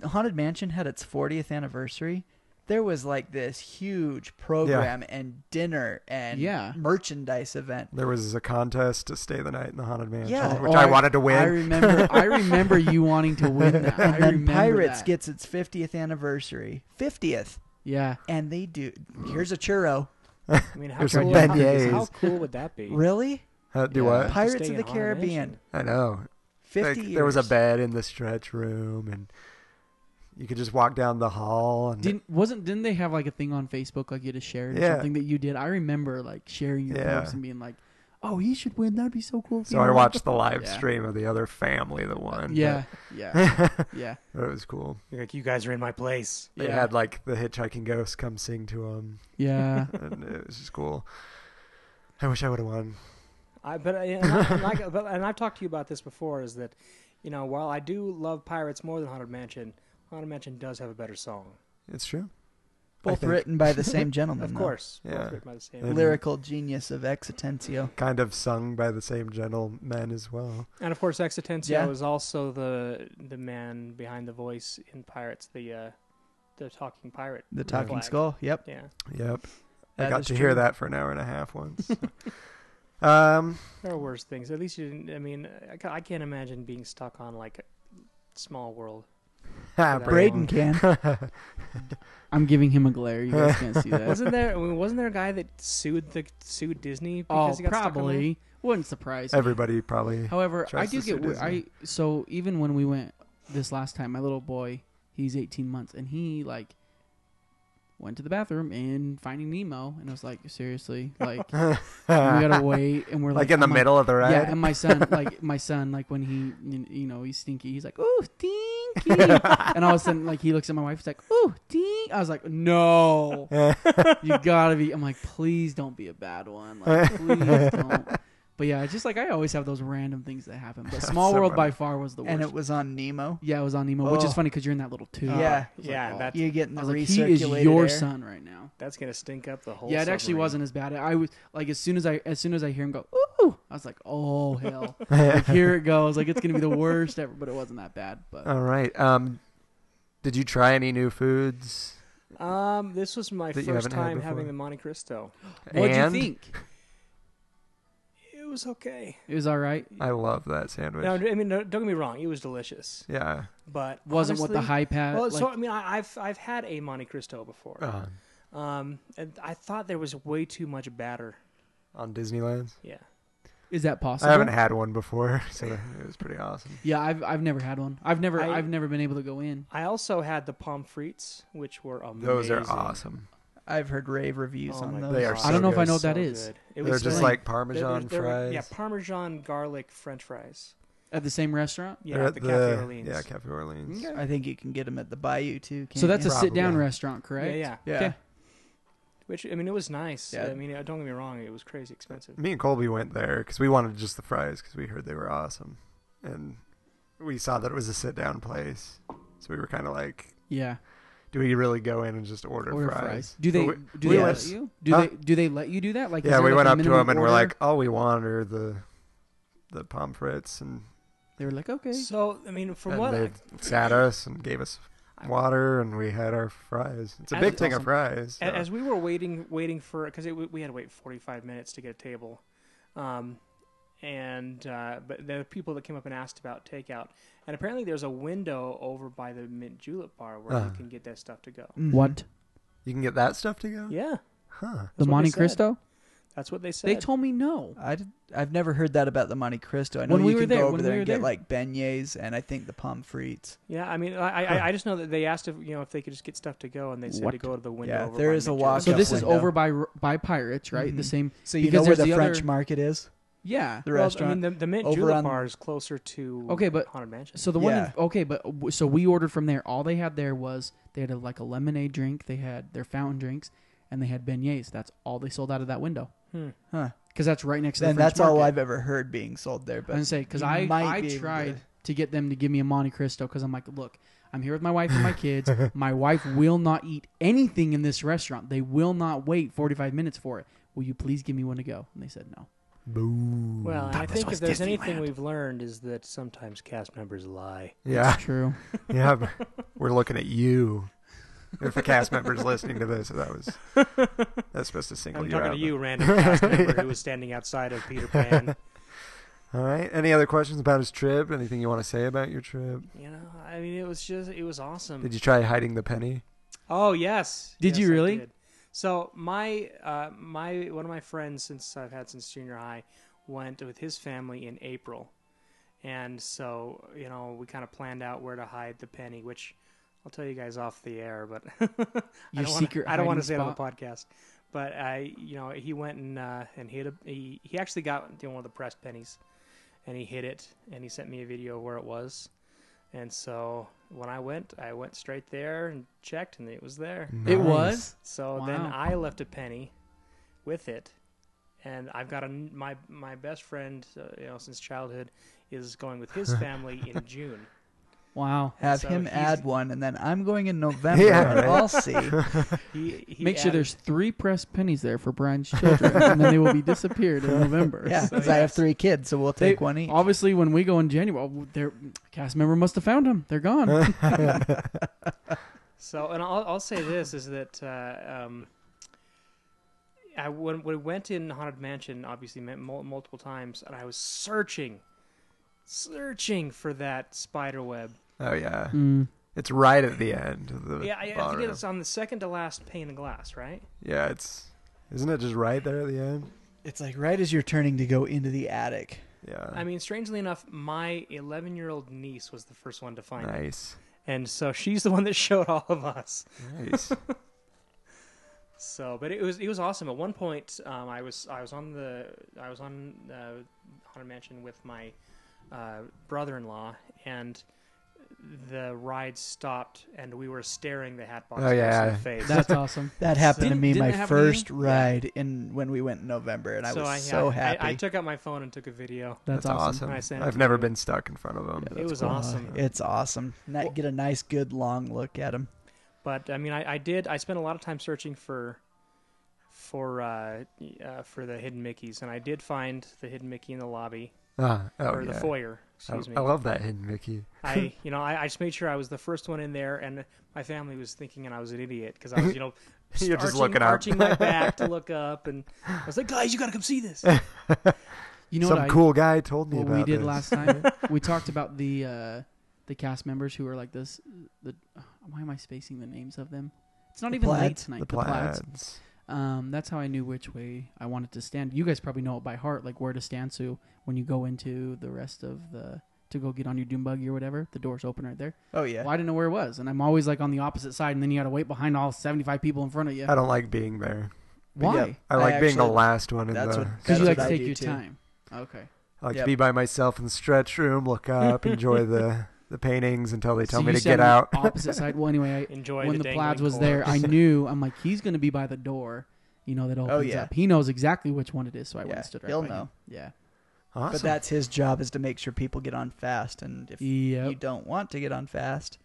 S6: Haunted Mansion had its 40th anniversary, there was like this huge program and dinner and
S9: Yeah.
S6: merchandise event.
S5: There was a contest to stay the night in the Haunted Mansion,
S6: Yeah.
S5: which
S9: Oh,
S5: I, wanted to win.
S9: I remember. I remember you wanting to win that. I
S6: And then
S9: remember
S6: Pirates
S9: that.
S6: gets its 50th anniversary. 50th.
S9: yeah.
S6: And they do. Here's a churro.
S8: like, I mean, how
S5: There's
S8: cool,
S5: like
S8: how-
S5: beignets.
S8: how cool would that be?
S5: (laughs)
S6: Really?
S5: How- do
S9: Yeah.
S5: what?
S6: Pirates
S8: stay
S6: of
S8: in
S6: the
S8: Haunted
S6: Caribbean.
S8: Mansion.
S5: I know.
S6: 50
S5: Uh, Like, there was a
S6: years.
S5: bed in the stretch room, and you could just walk down the hall. And
S9: Didn't wasn't didn't they have like a thing on Facebook like you just shared or
S5: Yeah.
S9: something that you did? I remember like sharing your
S5: Yeah.
S9: posts and being like, "Oh, he should win. That'd be so cool." if he
S5: so I
S9: won."
S5: watched the live
S9: Yeah.
S5: stream of the other family that won. (laughs)
S9: Yeah, yeah,
S5: but-
S9: yeah.
S5: but it was cool.
S8: You're like, you guys are in my place.
S5: They
S9: Yeah.
S5: had like the hitchhiking ghost come sing to them, (laughs)
S9: Yeah,
S5: and it was just cool. I wish I would have won.
S8: I, but, I- and I, and like, but and I've talked to you about this before. Is that you know while I do love Pirates more than Haunted Mansion, Haunted Mansion does have a better song,
S5: It's true. I
S6: Both
S5: think.
S6: written by
S5: (laughs)
S6: the same gentleman.
S8: of
S6: though.
S8: course. both
S5: Mm-hmm. Yeah.
S8: written by the same
S5: And-
S6: Lyrical genius of Exitencio.
S5: Kind of sung by the same gentleman as well.
S8: And of course, Exitencio
S6: Yeah.
S8: is also the the man behind the voice in Pirates, the uh, the talking pirate,
S6: The Talking
S8: flag.
S6: Skull. Yep.
S8: Yeah,
S5: Yep. I
S6: That
S5: got
S6: is
S5: to hear
S6: true.
S5: that for an hour and a half once. (laughs) um,
S8: there are worse things. At least you didn't. I mean, I ca- I can't imagine being stuck on like a small world.
S5: ah,
S6: Braden can.
S9: I'm giving him a glare. You guys can't
S5: (laughs)
S9: see that.
S8: Wasn't there? I mean, wasn't there a guy that sued the sued Disney
S9: oh,
S8: (laughs) because he got stuck on that?
S9: probably wouldn't surprise. me.
S5: (laughs) Everybody probably.
S9: However, I
S5: tries
S9: do
S5: to sue
S9: get weird. I
S5: Disney.
S9: so even when we went this last time, my little boy, he's 18 months, and he like went to the bathroom in Finding Nemo, and I was like, seriously,
S5: (laughs)
S9: like we gotta wait, and we're like, "Oh
S5: like in the
S9: I'm
S5: middle of the ride.
S9: Yeah, and my
S5: (laughs)
S9: son, like my son, like when he, you know, he's stinky. He's like, "Ooh,
S5: (laughs)
S9: stinky," and all of a sudden, like he looks at my wife. He's like, "Ooh, stink." I was
S5: (laughs)
S9: like, "No, you gotta be." I'm like, "Please don't be a bad one.
S5: (laughs)
S9: Like, please don't." But yeah, it's just like I always have those random things that happen. But Small
S5: So
S9: World
S5: funny.
S9: by far was the worst.
S6: and it was on Nemo.
S9: yeah, it was on Nemo, which is
S6: Oh.
S9: funny because you're in that little tube.
S6: Yeah.
S9: I was
S8: Yeah,
S9: like, oh.
S8: that-
S6: You're getting
S9: I
S6: the
S9: was like, he
S6: recirculated
S9: is your
S6: air.
S9: son right now.
S8: That's gonna stink up the whole.
S9: Yeah, it actually
S8: submarine.
S9: wasn't as bad. I was like, as soon as I, as soon as I hear him go, ooh, I was like,
S5: (laughs)
S9: oh hell, like, here it goes. Like it's gonna be the worst ever. But it wasn't that bad. But
S5: All right. Um, did you try any new foods?
S8: Um, this was my
S5: That you
S8: first
S5: haven't had
S8: time having
S5: before?
S8: the Monte Cristo.
S9: what'd
S5: and
S9: you think?
S8: It was okay.
S9: It was all right.
S5: I love that sandwich.
S8: No, I mean, no, don't get me wrong. It was delicious,
S5: yeah.
S8: but
S9: Wasn't
S8: honestly,
S9: what the hype had.
S8: Well,
S9: like,
S8: so I mean, I, I've I've had a Monte Cristo before.
S5: Uh,
S8: Um, and I thought there was way too much batter.
S5: on Disneyland.
S8: Yeah.
S9: Is that possible?
S5: I haven't had one before, (laughs) so it was pretty awesome.
S9: Yeah, I've I've never had one. I've never
S8: I-
S9: I, have never been able to go in.
S8: I also had the palm frites, which were amazing.
S5: Those are awesome.
S6: I've heard rave reviews
S8: Oh my
S6: on those.
S5: They are
S8: God.
S5: so
S9: I don't know if I
S5: good.
S9: know what
S8: So
S9: that is.
S8: good. It
S5: They're
S8: was
S5: just
S8: like-
S5: like
S8: They're-
S5: Parmesan
S8: they're- they're like-
S5: fries.
S8: Yeah, Parmesan garlic French fries.
S9: At the same restaurant.
S8: Yeah,
S5: They're
S8: at
S5: at
S8: the, Cafe Orleans.
S5: Yeah, Cafe Orleans.
S6: I think you can get them at the Bayou too. Can't
S9: So that's
S6: you?
S9: a sit down
S5: Probably.
S9: restaurant, correct?
S8: Yeah,
S6: yeah.
S9: Okay.
S8: Which I mean, it was nice.
S6: Yeah.
S8: I mean, uh, don't get me wrong, it was crazy expensive.
S5: Me and Colby went there because we wanted just the fries because we heard they were awesome, and we saw that it was a sit down place, so we were kind of like,
S9: Yeah.
S5: do we really go in and just order,
S9: Order fries.
S5: fries?
S9: Do they
S5: But we-
S9: do
S5: we
S9: they
S5: went-
S9: let you? Do
S5: Huh?
S9: they do they let you do that? Like is
S5: yeah,
S9: there
S5: we
S9: like
S5: went
S9: a
S5: up to
S9: minimum
S5: them and we're
S9: order?
S5: like, all we want are the the pommes frites, and,
S9: they were like, okay.
S8: So I mean, from
S5: and
S8: what
S5: they
S8: I,
S5: sat us and gave us water, and we had our fries. It's a
S8: As-
S5: big thing of
S8: awesome.
S5: fries.
S8: a-
S5: so-
S8: as we were waiting, waiting for because we had to wait forty five minutes to get a table, um, and uh, but there were people that came up and asked about takeout, and apparently there's a window over by the mint julep bar where you
S5: Uh-huh.
S8: can get that stuff to go.
S6: Mm-hmm.
S9: What?
S5: you can get that stuff to go.
S8: Yeah,
S5: Huh.
S9: The
S8: what they
S9: Monte
S8: said.
S9: Cristo?
S8: that's what they said.
S9: They told me no.
S6: I did, I've never heard that about the Monte Cristo. I know
S9: When
S6: you
S9: we
S6: can
S9: were there-
S6: go over
S9: when
S6: there
S9: we were
S6: and
S9: there.
S6: get like beignets and I think the pommes frites.
S8: yeah, I mean, I, I I just know that they asked if you know if they could just get stuff to go, and they said to
S9: What?
S8: go to the window.
S6: Yeah,
S8: over
S6: there
S8: by
S6: is a
S8: Mint Julep.
S6: walk
S9: So
S6: Up
S9: this is
S6: window.
S9: over by by pirates, right?
S5: Mm-hmm.
S9: The same.
S6: Mm-hmm. So you
S9: Because
S6: know where
S9: there's
S6: the,
S9: the
S6: French
S9: other-
S6: market is?
S9: Yeah.
S6: The
S8: Well,
S6: restaurant.
S8: I mean, the, the mint
S6: over
S8: julep
S6: on-
S8: bar is closer to
S9: Okay, but-
S8: haunted mansion.
S9: So the one, in-
S6: Yeah.
S9: okay, but w- so we ordered from there. All they had there was they had a, like a lemonade drink, they had their fountain drinks, and they had beignets. That's all they sold out of that window.
S6: Huh.
S9: Because that's right next to
S6: Hmm. Then
S9: the French
S6: that's all
S9: market.
S6: I've ever heard being sold there. But
S9: I'm gonna say because
S6: you
S9: I
S6: might
S9: I
S6: be able to-
S9: tried to... get them to give me a Monte Cristo because I'm like, look, I'm here with my wife and my (laughs) kids. my wife will not eat anything in this restaurant. They will not wait 45 minutes for it. Will you please give me one to go? And they said no.
S8: well, and I think if there's anything we've learned is that sometimes cast members lie. (laughs)
S5: Yeah.
S9: True.
S5: Yeah, but we're looking at you. If a cast member's listening to this, that was that's supposed to single
S8: I'm
S5: you
S8: talking
S5: out.
S8: to you, random cast
S5: (laughs)
S8: member who was standing outside of Peter Pan.
S5: All right. Any other questions about his trip? Anything you want to say about your trip?
S8: You know, I mean, it was just it was awesome.
S5: Did you try hiding the penny?
S8: Oh yes.
S9: Did
S8: Yes,
S9: you
S8: I
S9: really?
S8: did. So my uh, my one of my friends since I've had since junior high went with his family in April, and so you know we kind of planned out where to hide the penny, which I'll tell you guys off the air, but (laughs) I
S9: Your
S8: don't
S9: secret
S8: Wanna, I don't
S9: hiding
S8: want to say it on the podcast, but I you know he went and uh, and hid a he, he actually got you know, one of the pressed pennies, and he hid it, and he sent me a video of where it was. And so when I went, I went straight there and checked, and it was there.
S9: It was.
S8: So then
S9: Wow.
S8: I left a penny with it, and I've got a n my my best friend, uh, you know, since childhood, is going with
S9: (laughs)
S8: his family in June.
S9: Wow.
S6: have
S8: So
S6: him
S8: he's-
S6: add one, and then I'm going in November.
S5: Yeah,
S6: and
S5: right.
S6: I'll see.
S8: He, he
S9: Make sure
S8: added-
S9: there's three pressed pennies there for Brian's children, and then they will be disappeared in November.
S6: (laughs) Yeah,
S9: So
S6: because I have three kids, so we'll
S9: they-
S6: take one each.
S9: Obviously, when we go in January, well, their cast member must have found them.
S5: (laughs)
S9: They're gone. (laughs)
S8: So, and I'll, I'll say this is that uh, um, I when, when I went in Haunted Mansion, obviously m- mul- multiple times, and I was searching, searching for that spider web.
S5: Oh yeah. It's right at the end of the
S8: Yeah, I, I
S5: ballroom.
S8: forget it's on the second to last pane of glass, right?
S5: yeah, it's isn't it just right there at the end?
S6: It's like right as you're turning to go into the attic.
S5: Yeah.
S8: I mean, strangely enough, my 11 year old niece was the first one to find it.
S5: nice.
S8: And so she's the one that (laughs) showed all of us.
S5: Nice.
S8: So, but it was it was awesome. At one point, um, I was I was on the I was on uh, haunted mansion with my uh, brother-in-law, and the ride stopped, and we were staring the hatbox
S5: Oh,
S8: person in
S5: yeah.
S8: the face.
S9: That's awesome.
S6: That happened
S9: Didn't-
S6: to me
S9: didn't it
S6: my
S9: happen to you?
S6: first ride in when we went in November, and I was so
S8: I-
S6: happy.
S8: I, took out my phone and took a video.
S9: (laughs) That's, awesome.
S8: I sent it
S5: I've
S8: to
S5: never
S8: you.
S5: been stuck in front of them.
S8: it was awesome.
S6: It's awesome. Ni- get a nice, good long look at him.
S8: But I mean, I, I did. I spent a lot of time searching for for uh, y- uh, for the hidden Mickey's, and I did find the hidden Mickey in the lobby
S5: Ah, oh,
S8: or
S5: yeah.
S8: the foyer.
S5: I,
S8: Excuse me.
S5: I love that hidden Mickey. (laughs)
S8: I, you know, I, I just made sure I was the first one in there, and my family was thinking and I was an idiot because I was, you know,
S5: (laughs) You're just
S8: arching-
S5: looking up. (laughs)
S8: arching my back to look up, and I was like, guys, you got to come see this.
S9: You know
S5: Some
S9: what I,
S5: cool guy told me
S9: what
S5: about
S9: we did
S5: this. (laughs)
S9: last time? we talked about the uh, the cast members who are like this. The why am I spacing the names of them? It's not
S6: The
S9: even late
S6: plaids?
S9: tonight.
S5: the
S9: plaids.
S5: plaids.
S9: Um, that's how I knew which way I wanted to stand. You guys probably know it by heart, like where to stand to when you go into the rest of the to go get on your doom buggy or whatever. The door's open right there.
S6: Oh yeah.
S9: Well, I didn't know where it was, and I'm always like on the opposite side, and then you got to wait behind all 75 people in
S6: Uh,
S9: front of you.
S5: I don't like being there.
S9: Why?
S6: Yeah.
S5: I
S6: I
S5: like being the
S6: actually-
S5: last one in
S6: that's
S5: the.
S6: what-
S9: Because you
S6: That's
S9: like
S6: what
S9: to
S6: I
S9: take
S6: do,
S9: your
S6: too.
S9: time. Okay.
S5: I like
S6: Yep.
S5: to be by myself in the stretch room, look
S9: (laughs)
S5: up, enjoy the the paintings until they tell
S9: So
S5: me
S9: you
S5: to
S9: said
S5: get
S9: on the
S5: out.
S9: opposite side.
S6: (laughs)
S9: Well, anyway, I,
S8: Enjoy
S9: when
S8: the
S9: the, Plaids
S8: dangling
S9: was there, I
S8: cords.
S9: knew I'm like he's gonna be by the door. You know that opens
S6: Oh, yeah.
S9: up. He knows exactly which one it is, so I went
S6: Yeah,
S9: and stood right
S6: he'll
S9: by him.
S6: know.
S9: Yeah.
S5: (laughs) awesome.
S6: But that's his job is to make sure people get on fast, and if
S9: Yep.
S6: you don't want to get on fast,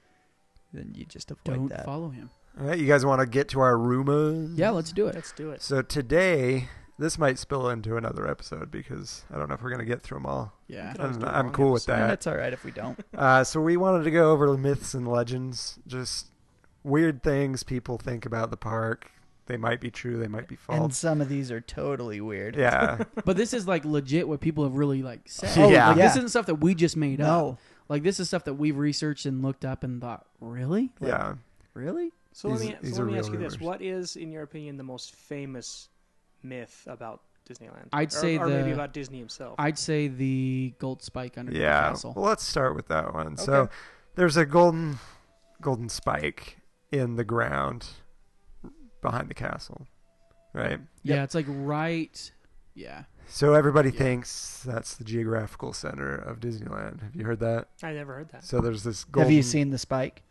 S6: then you just avoid
S9: Don't
S6: that.
S9: follow him.
S5: All right, you guys want to get to our rumors?
S9: Yeah, let's do it.
S8: Let's do it.
S5: So today, this might spill into another episode because I don't know if we're gonna get through them all.
S9: Yeah.
S8: could always
S5: I'm,
S8: do a
S5: I'm
S8: long
S5: cool with
S6: And
S5: that.
S6: it's all right if
S5: (laughs)
S6: we don't.
S5: Uh, so we wanted to go over myths and legends, just weird things people think about the park. They might be true, they might be
S6: and (laughs)
S5: false.
S6: some of these are totally weird.
S5: yeah,
S9: But this is like legit what people have really like said.
S5: Oh, (laughs) Yeah.
S9: Like,
S6: yeah.
S9: This isn't stuff that we just made up.
S6: No.
S9: Like this is stuff that we've researched and looked up and thought, really?
S5: (laughs)
S9: Like,
S5: yeah.
S9: Really?
S8: So let
S5: These-
S8: me,
S5: these
S8: so
S5: are
S8: let me
S5: real
S8: ask you this:
S5: rumors.
S8: What is, in your opinion, the most famous myth about Disneyland?
S9: I'd
S8: Or-
S9: say
S8: or maybe
S9: the-
S8: about Disney himself.
S9: I'd say the gold spike under the
S5: Yeah.
S9: castle.
S5: Well, let's start with that one. So there's a golden golden spike in the ground behind the castle. Right?
S9: Yeah, it's like right. Yeah.
S5: So everybody thinks that's the geographical center of Disneyland. Have you heard that?
S8: I never heard that.
S5: So there's this golden
S6: Have you seen the spike?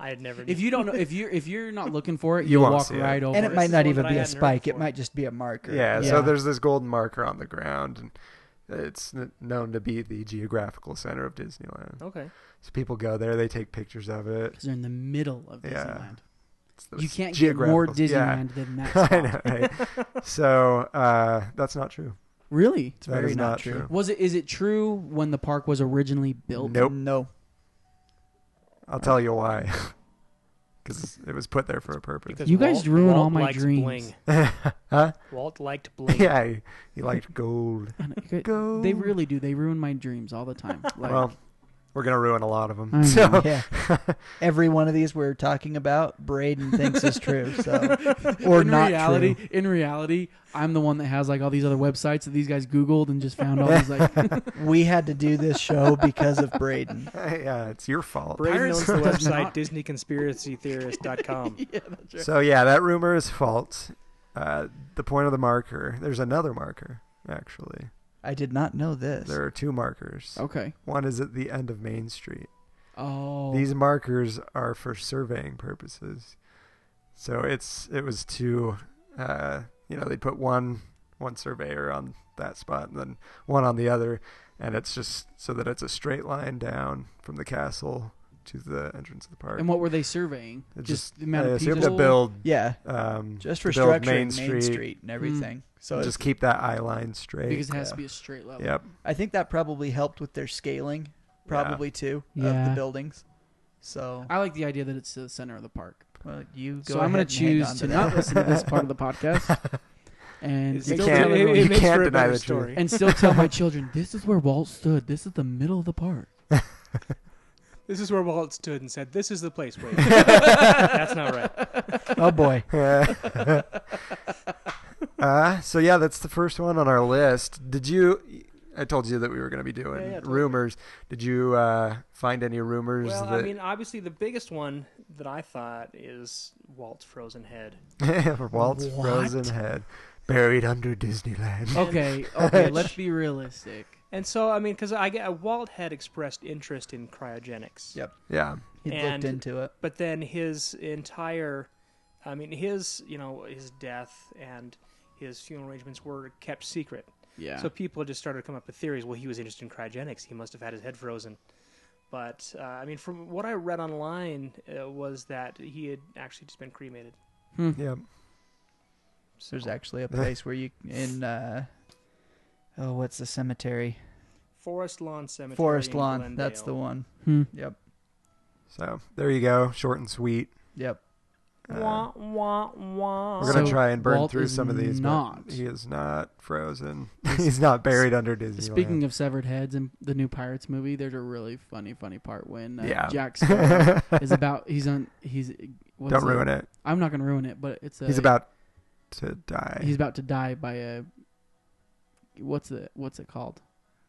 S8: I had never.
S9: If you don't know, if you're if you're not looking for it,
S5: You
S9: you'll
S5: won't
S9: walk
S5: see it.
S9: right over.
S6: And it
S8: this
S6: might
S8: is
S6: not
S8: one
S6: even
S8: that I
S6: be a
S8: hadn't heard
S6: spike. It
S8: before.
S6: might just be a marker.
S5: yeah,
S9: Yeah.
S5: so there's this golden marker on the ground and it's n- known to be the geographical center of
S9: Oh.
S5: Disneyland.
S8: Okay.
S5: So people go there, they take pictures of it.
S9: because they're in the middle of
S5: Yeah.
S9: Disneyland.
S5: It's the
S9: You can't get more
S5: geographical- yeah.
S9: Disneyland than that.
S5: (laughs) I
S9: spot.
S5: know,
S9: (laughs)
S5: right? so uh, that's not true.
S9: Really?
S5: That
S6: very
S5: is
S6: not true.
S9: Was it? Is it true when the park was originally built?
S5: Nope. (laughs)
S6: (laughs) No.
S5: I'll tell you why. (laughs) Because it was put there for a purpose.
S8: Because
S9: You guys
S8: Walt,
S9: ruin
S8: Walt
S9: all my
S8: liked
S9: dreams.
S8: Bling.
S9: (laughs)
S5: Huh?
S8: Walt liked bling.
S5: Yeah, he, he liked
S9: (laughs)
S5: gold.
S9: I know, you could-
S5: Go.
S9: They really do. They ruin my dreams all the time.
S5: (laughs)
S9: Like,
S5: Well, we're gonna ruin a lot of them.
S9: I
S5: (laughs) So
S6: Yeah. Every one of these we're talking about, Braden thinks is true.
S9: (laughs)
S6: So, or
S9: in
S6: not
S9: reality,
S6: true.
S9: in reality, I'm the one that has like all these other websites that these guys Googled and just found all these like (laughs)
S6: We had to do this show because of Braden.
S5: (laughs) yeah, it's your fault.
S8: Braden
S9: Pirates (laughs)
S8: owns the
S9: does
S8: website
S9: not- (laughs)
S8: DisneyConspiracyTheorist.com.
S5: So yeah, that rumor is false. Uh, the point of the marker. There's another marker actually.
S6: I did not know this.
S5: There are two markers.
S9: okay.
S5: One is at the end of Main Street.
S9: Oh,
S5: These markers are for surveying purposes. So it's it was to uh, you know, they put one one surveyor on that spot and then one on the other and it's just so that it's a straight line down from the castle to the entrance of the park.
S9: and what were they surveying?
S5: It uh,
S9: Just, the amount
S5: I
S9: of
S5: assume
S9: people.
S5: to build
S6: yeah,
S5: um
S6: just for
S5: to build
S6: structuring
S5: Main
S6: Main
S5: Street,
S6: Street, and everything.
S9: Mm.
S6: So
S5: just
S6: just
S5: keep that eye line straight.
S9: because it has to
S6: Yeah.
S9: be a straight level.
S5: yep.
S6: I think that probably helped with their scaling, probably too, of
S9: Yeah.
S6: the buildings. So
S9: I like the idea that it's the center of the park.
S6: well, you go.
S9: so I'm
S6: going
S9: going to choose to not listen to this part of the podcast and
S8: It's-
S9: still,
S8: it
S5: can't-
S9: tell
S8: it-
S9: everyone,
S8: it (laughs)
S5: you
S8: makes
S5: can't
S8: for a
S5: deny
S8: better
S5: the truth.
S8: story.
S9: and still tell my children this is where Walt stood. This is the middle of the park.
S8: This is where Walt stood and said, "This is the place."
S9: (laughs)
S8: Wait, (laughs) that's not right.
S6: Oh boy,
S5: (laughs)
S9: (laughs)
S5: Uh, so yeah, that's the first one on our list. Did you? I told you that we were going to be doing
S8: Yeah, yeah, totally.
S5: rumors. Did you uh, find any rumors?
S8: Well,
S5: that,
S8: I mean, obviously, the biggest one that I thought is Walt's frozen head.
S5: (laughs) Walt's
S9: What? Oh.
S5: frozen head buried under Disneyland.
S9: (laughs) Okay, okay, let's be realistic.
S8: And so, I mean, because I get Walt had expressed interest in cryogenics.
S6: (laughs) Yep.
S5: Yeah,
S6: he
S8: And-
S6: looked into it.
S8: But then his entire, I mean, his you know his death and his funeral arrangements were kept secret.
S9: Yeah.
S8: So people just started coming up with theories. Well, he was interested in cryogenics. He must have had his head frozen. But uh, I mean, from what I read online, uh, was that he had actually just been cremated.
S5: yeah.
S8: So
S6: There's actually a place where you in. uh Oh, what's the cemetery?
S8: Forest Lawn Cemetery.
S6: Forest
S8: in
S6: Lawn. That's the
S8: Glendale.
S6: one.
S9: Hmm.
S6: Yep.
S5: So there you go, short and sweet.
S6: Yep. Uh.
S8: Wah, wah, wah.
S5: We're gonna
S9: So
S5: try and burn
S9: Walt
S5: through
S9: is
S5: some of these. but
S9: not-
S5: he is not frozen. (laughs) He's not buried under Disneyland.
S9: Speaking of severed heads in the new Pirates movie, there's a really funny, funny part when uh,
S5: Yeah. (laughs)
S9: Jack (laughs) Sparrow is about he's on he's. What's
S5: don't ruin it.
S9: I'm not gonna ruin it, but it's a,
S5: He's about to die.
S9: He's about to die by a what's the what's it called?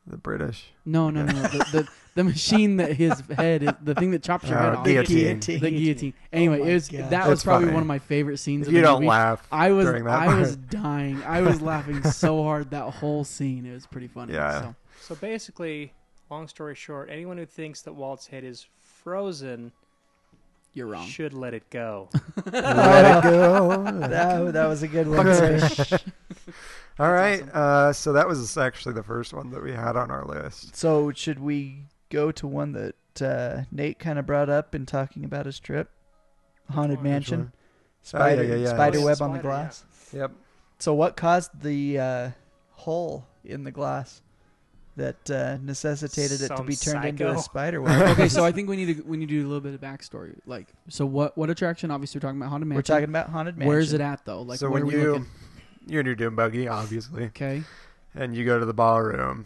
S5: the British.
S9: No, no, no.
S5: (laughs)
S9: the, the the machine that his head is the thing that chops your head
S5: Oh,
S9: off.
S5: guillotine.
S9: Uh, The guillotine. Anyway,
S6: Oh my
S9: it was
S6: God.
S9: that was
S5: It's
S9: probably
S5: funny.
S9: one of my favorite scenes. Of
S5: You
S9: the
S5: don't
S9: movie.
S5: laugh
S9: I was
S5: during that
S9: I
S5: part.
S9: (laughs) was dying. I was laughing so hard that whole scene. It was pretty funny.
S5: Yeah.
S9: So.
S8: So basically, long story short, anyone who thinks that Walt's head is frozen
S9: You're wrong.
S8: should let it go.
S5: Let it go.
S6: That, that was a
S9: (laughs)
S6: good one.
S5: (laughs)
S6: (laughs)
S5: All right. Uh, so that was actually the first one that we had on our list.
S6: so should we go to one that uh, Nate kind of brought up in talking about his trip? Haunted Mansion, spider,
S5: Oh, yeah, yeah, yeah.
S6: spider
S8: Yeah,
S6: web on
S8: spider,
S6: the glass.
S5: Yep.
S6: So what caused the uh, hole in the glass that uh, necessitated it to
S8: Some
S6: be turned into a
S8: psycho. (laughs)
S6: spider web?
S9: okay, so I think we need to we need to do a little bit of backstory. Like, so what what attraction? Obviously, we're talking about Haunted Mansion.
S6: We're talking about haunted mansion.
S9: Where's it at though? Like,
S5: so when
S9: where are we
S5: you
S9: looking?
S5: you're in your doom buggy, obviously,
S9: Okay.
S5: and you go to the ballroom.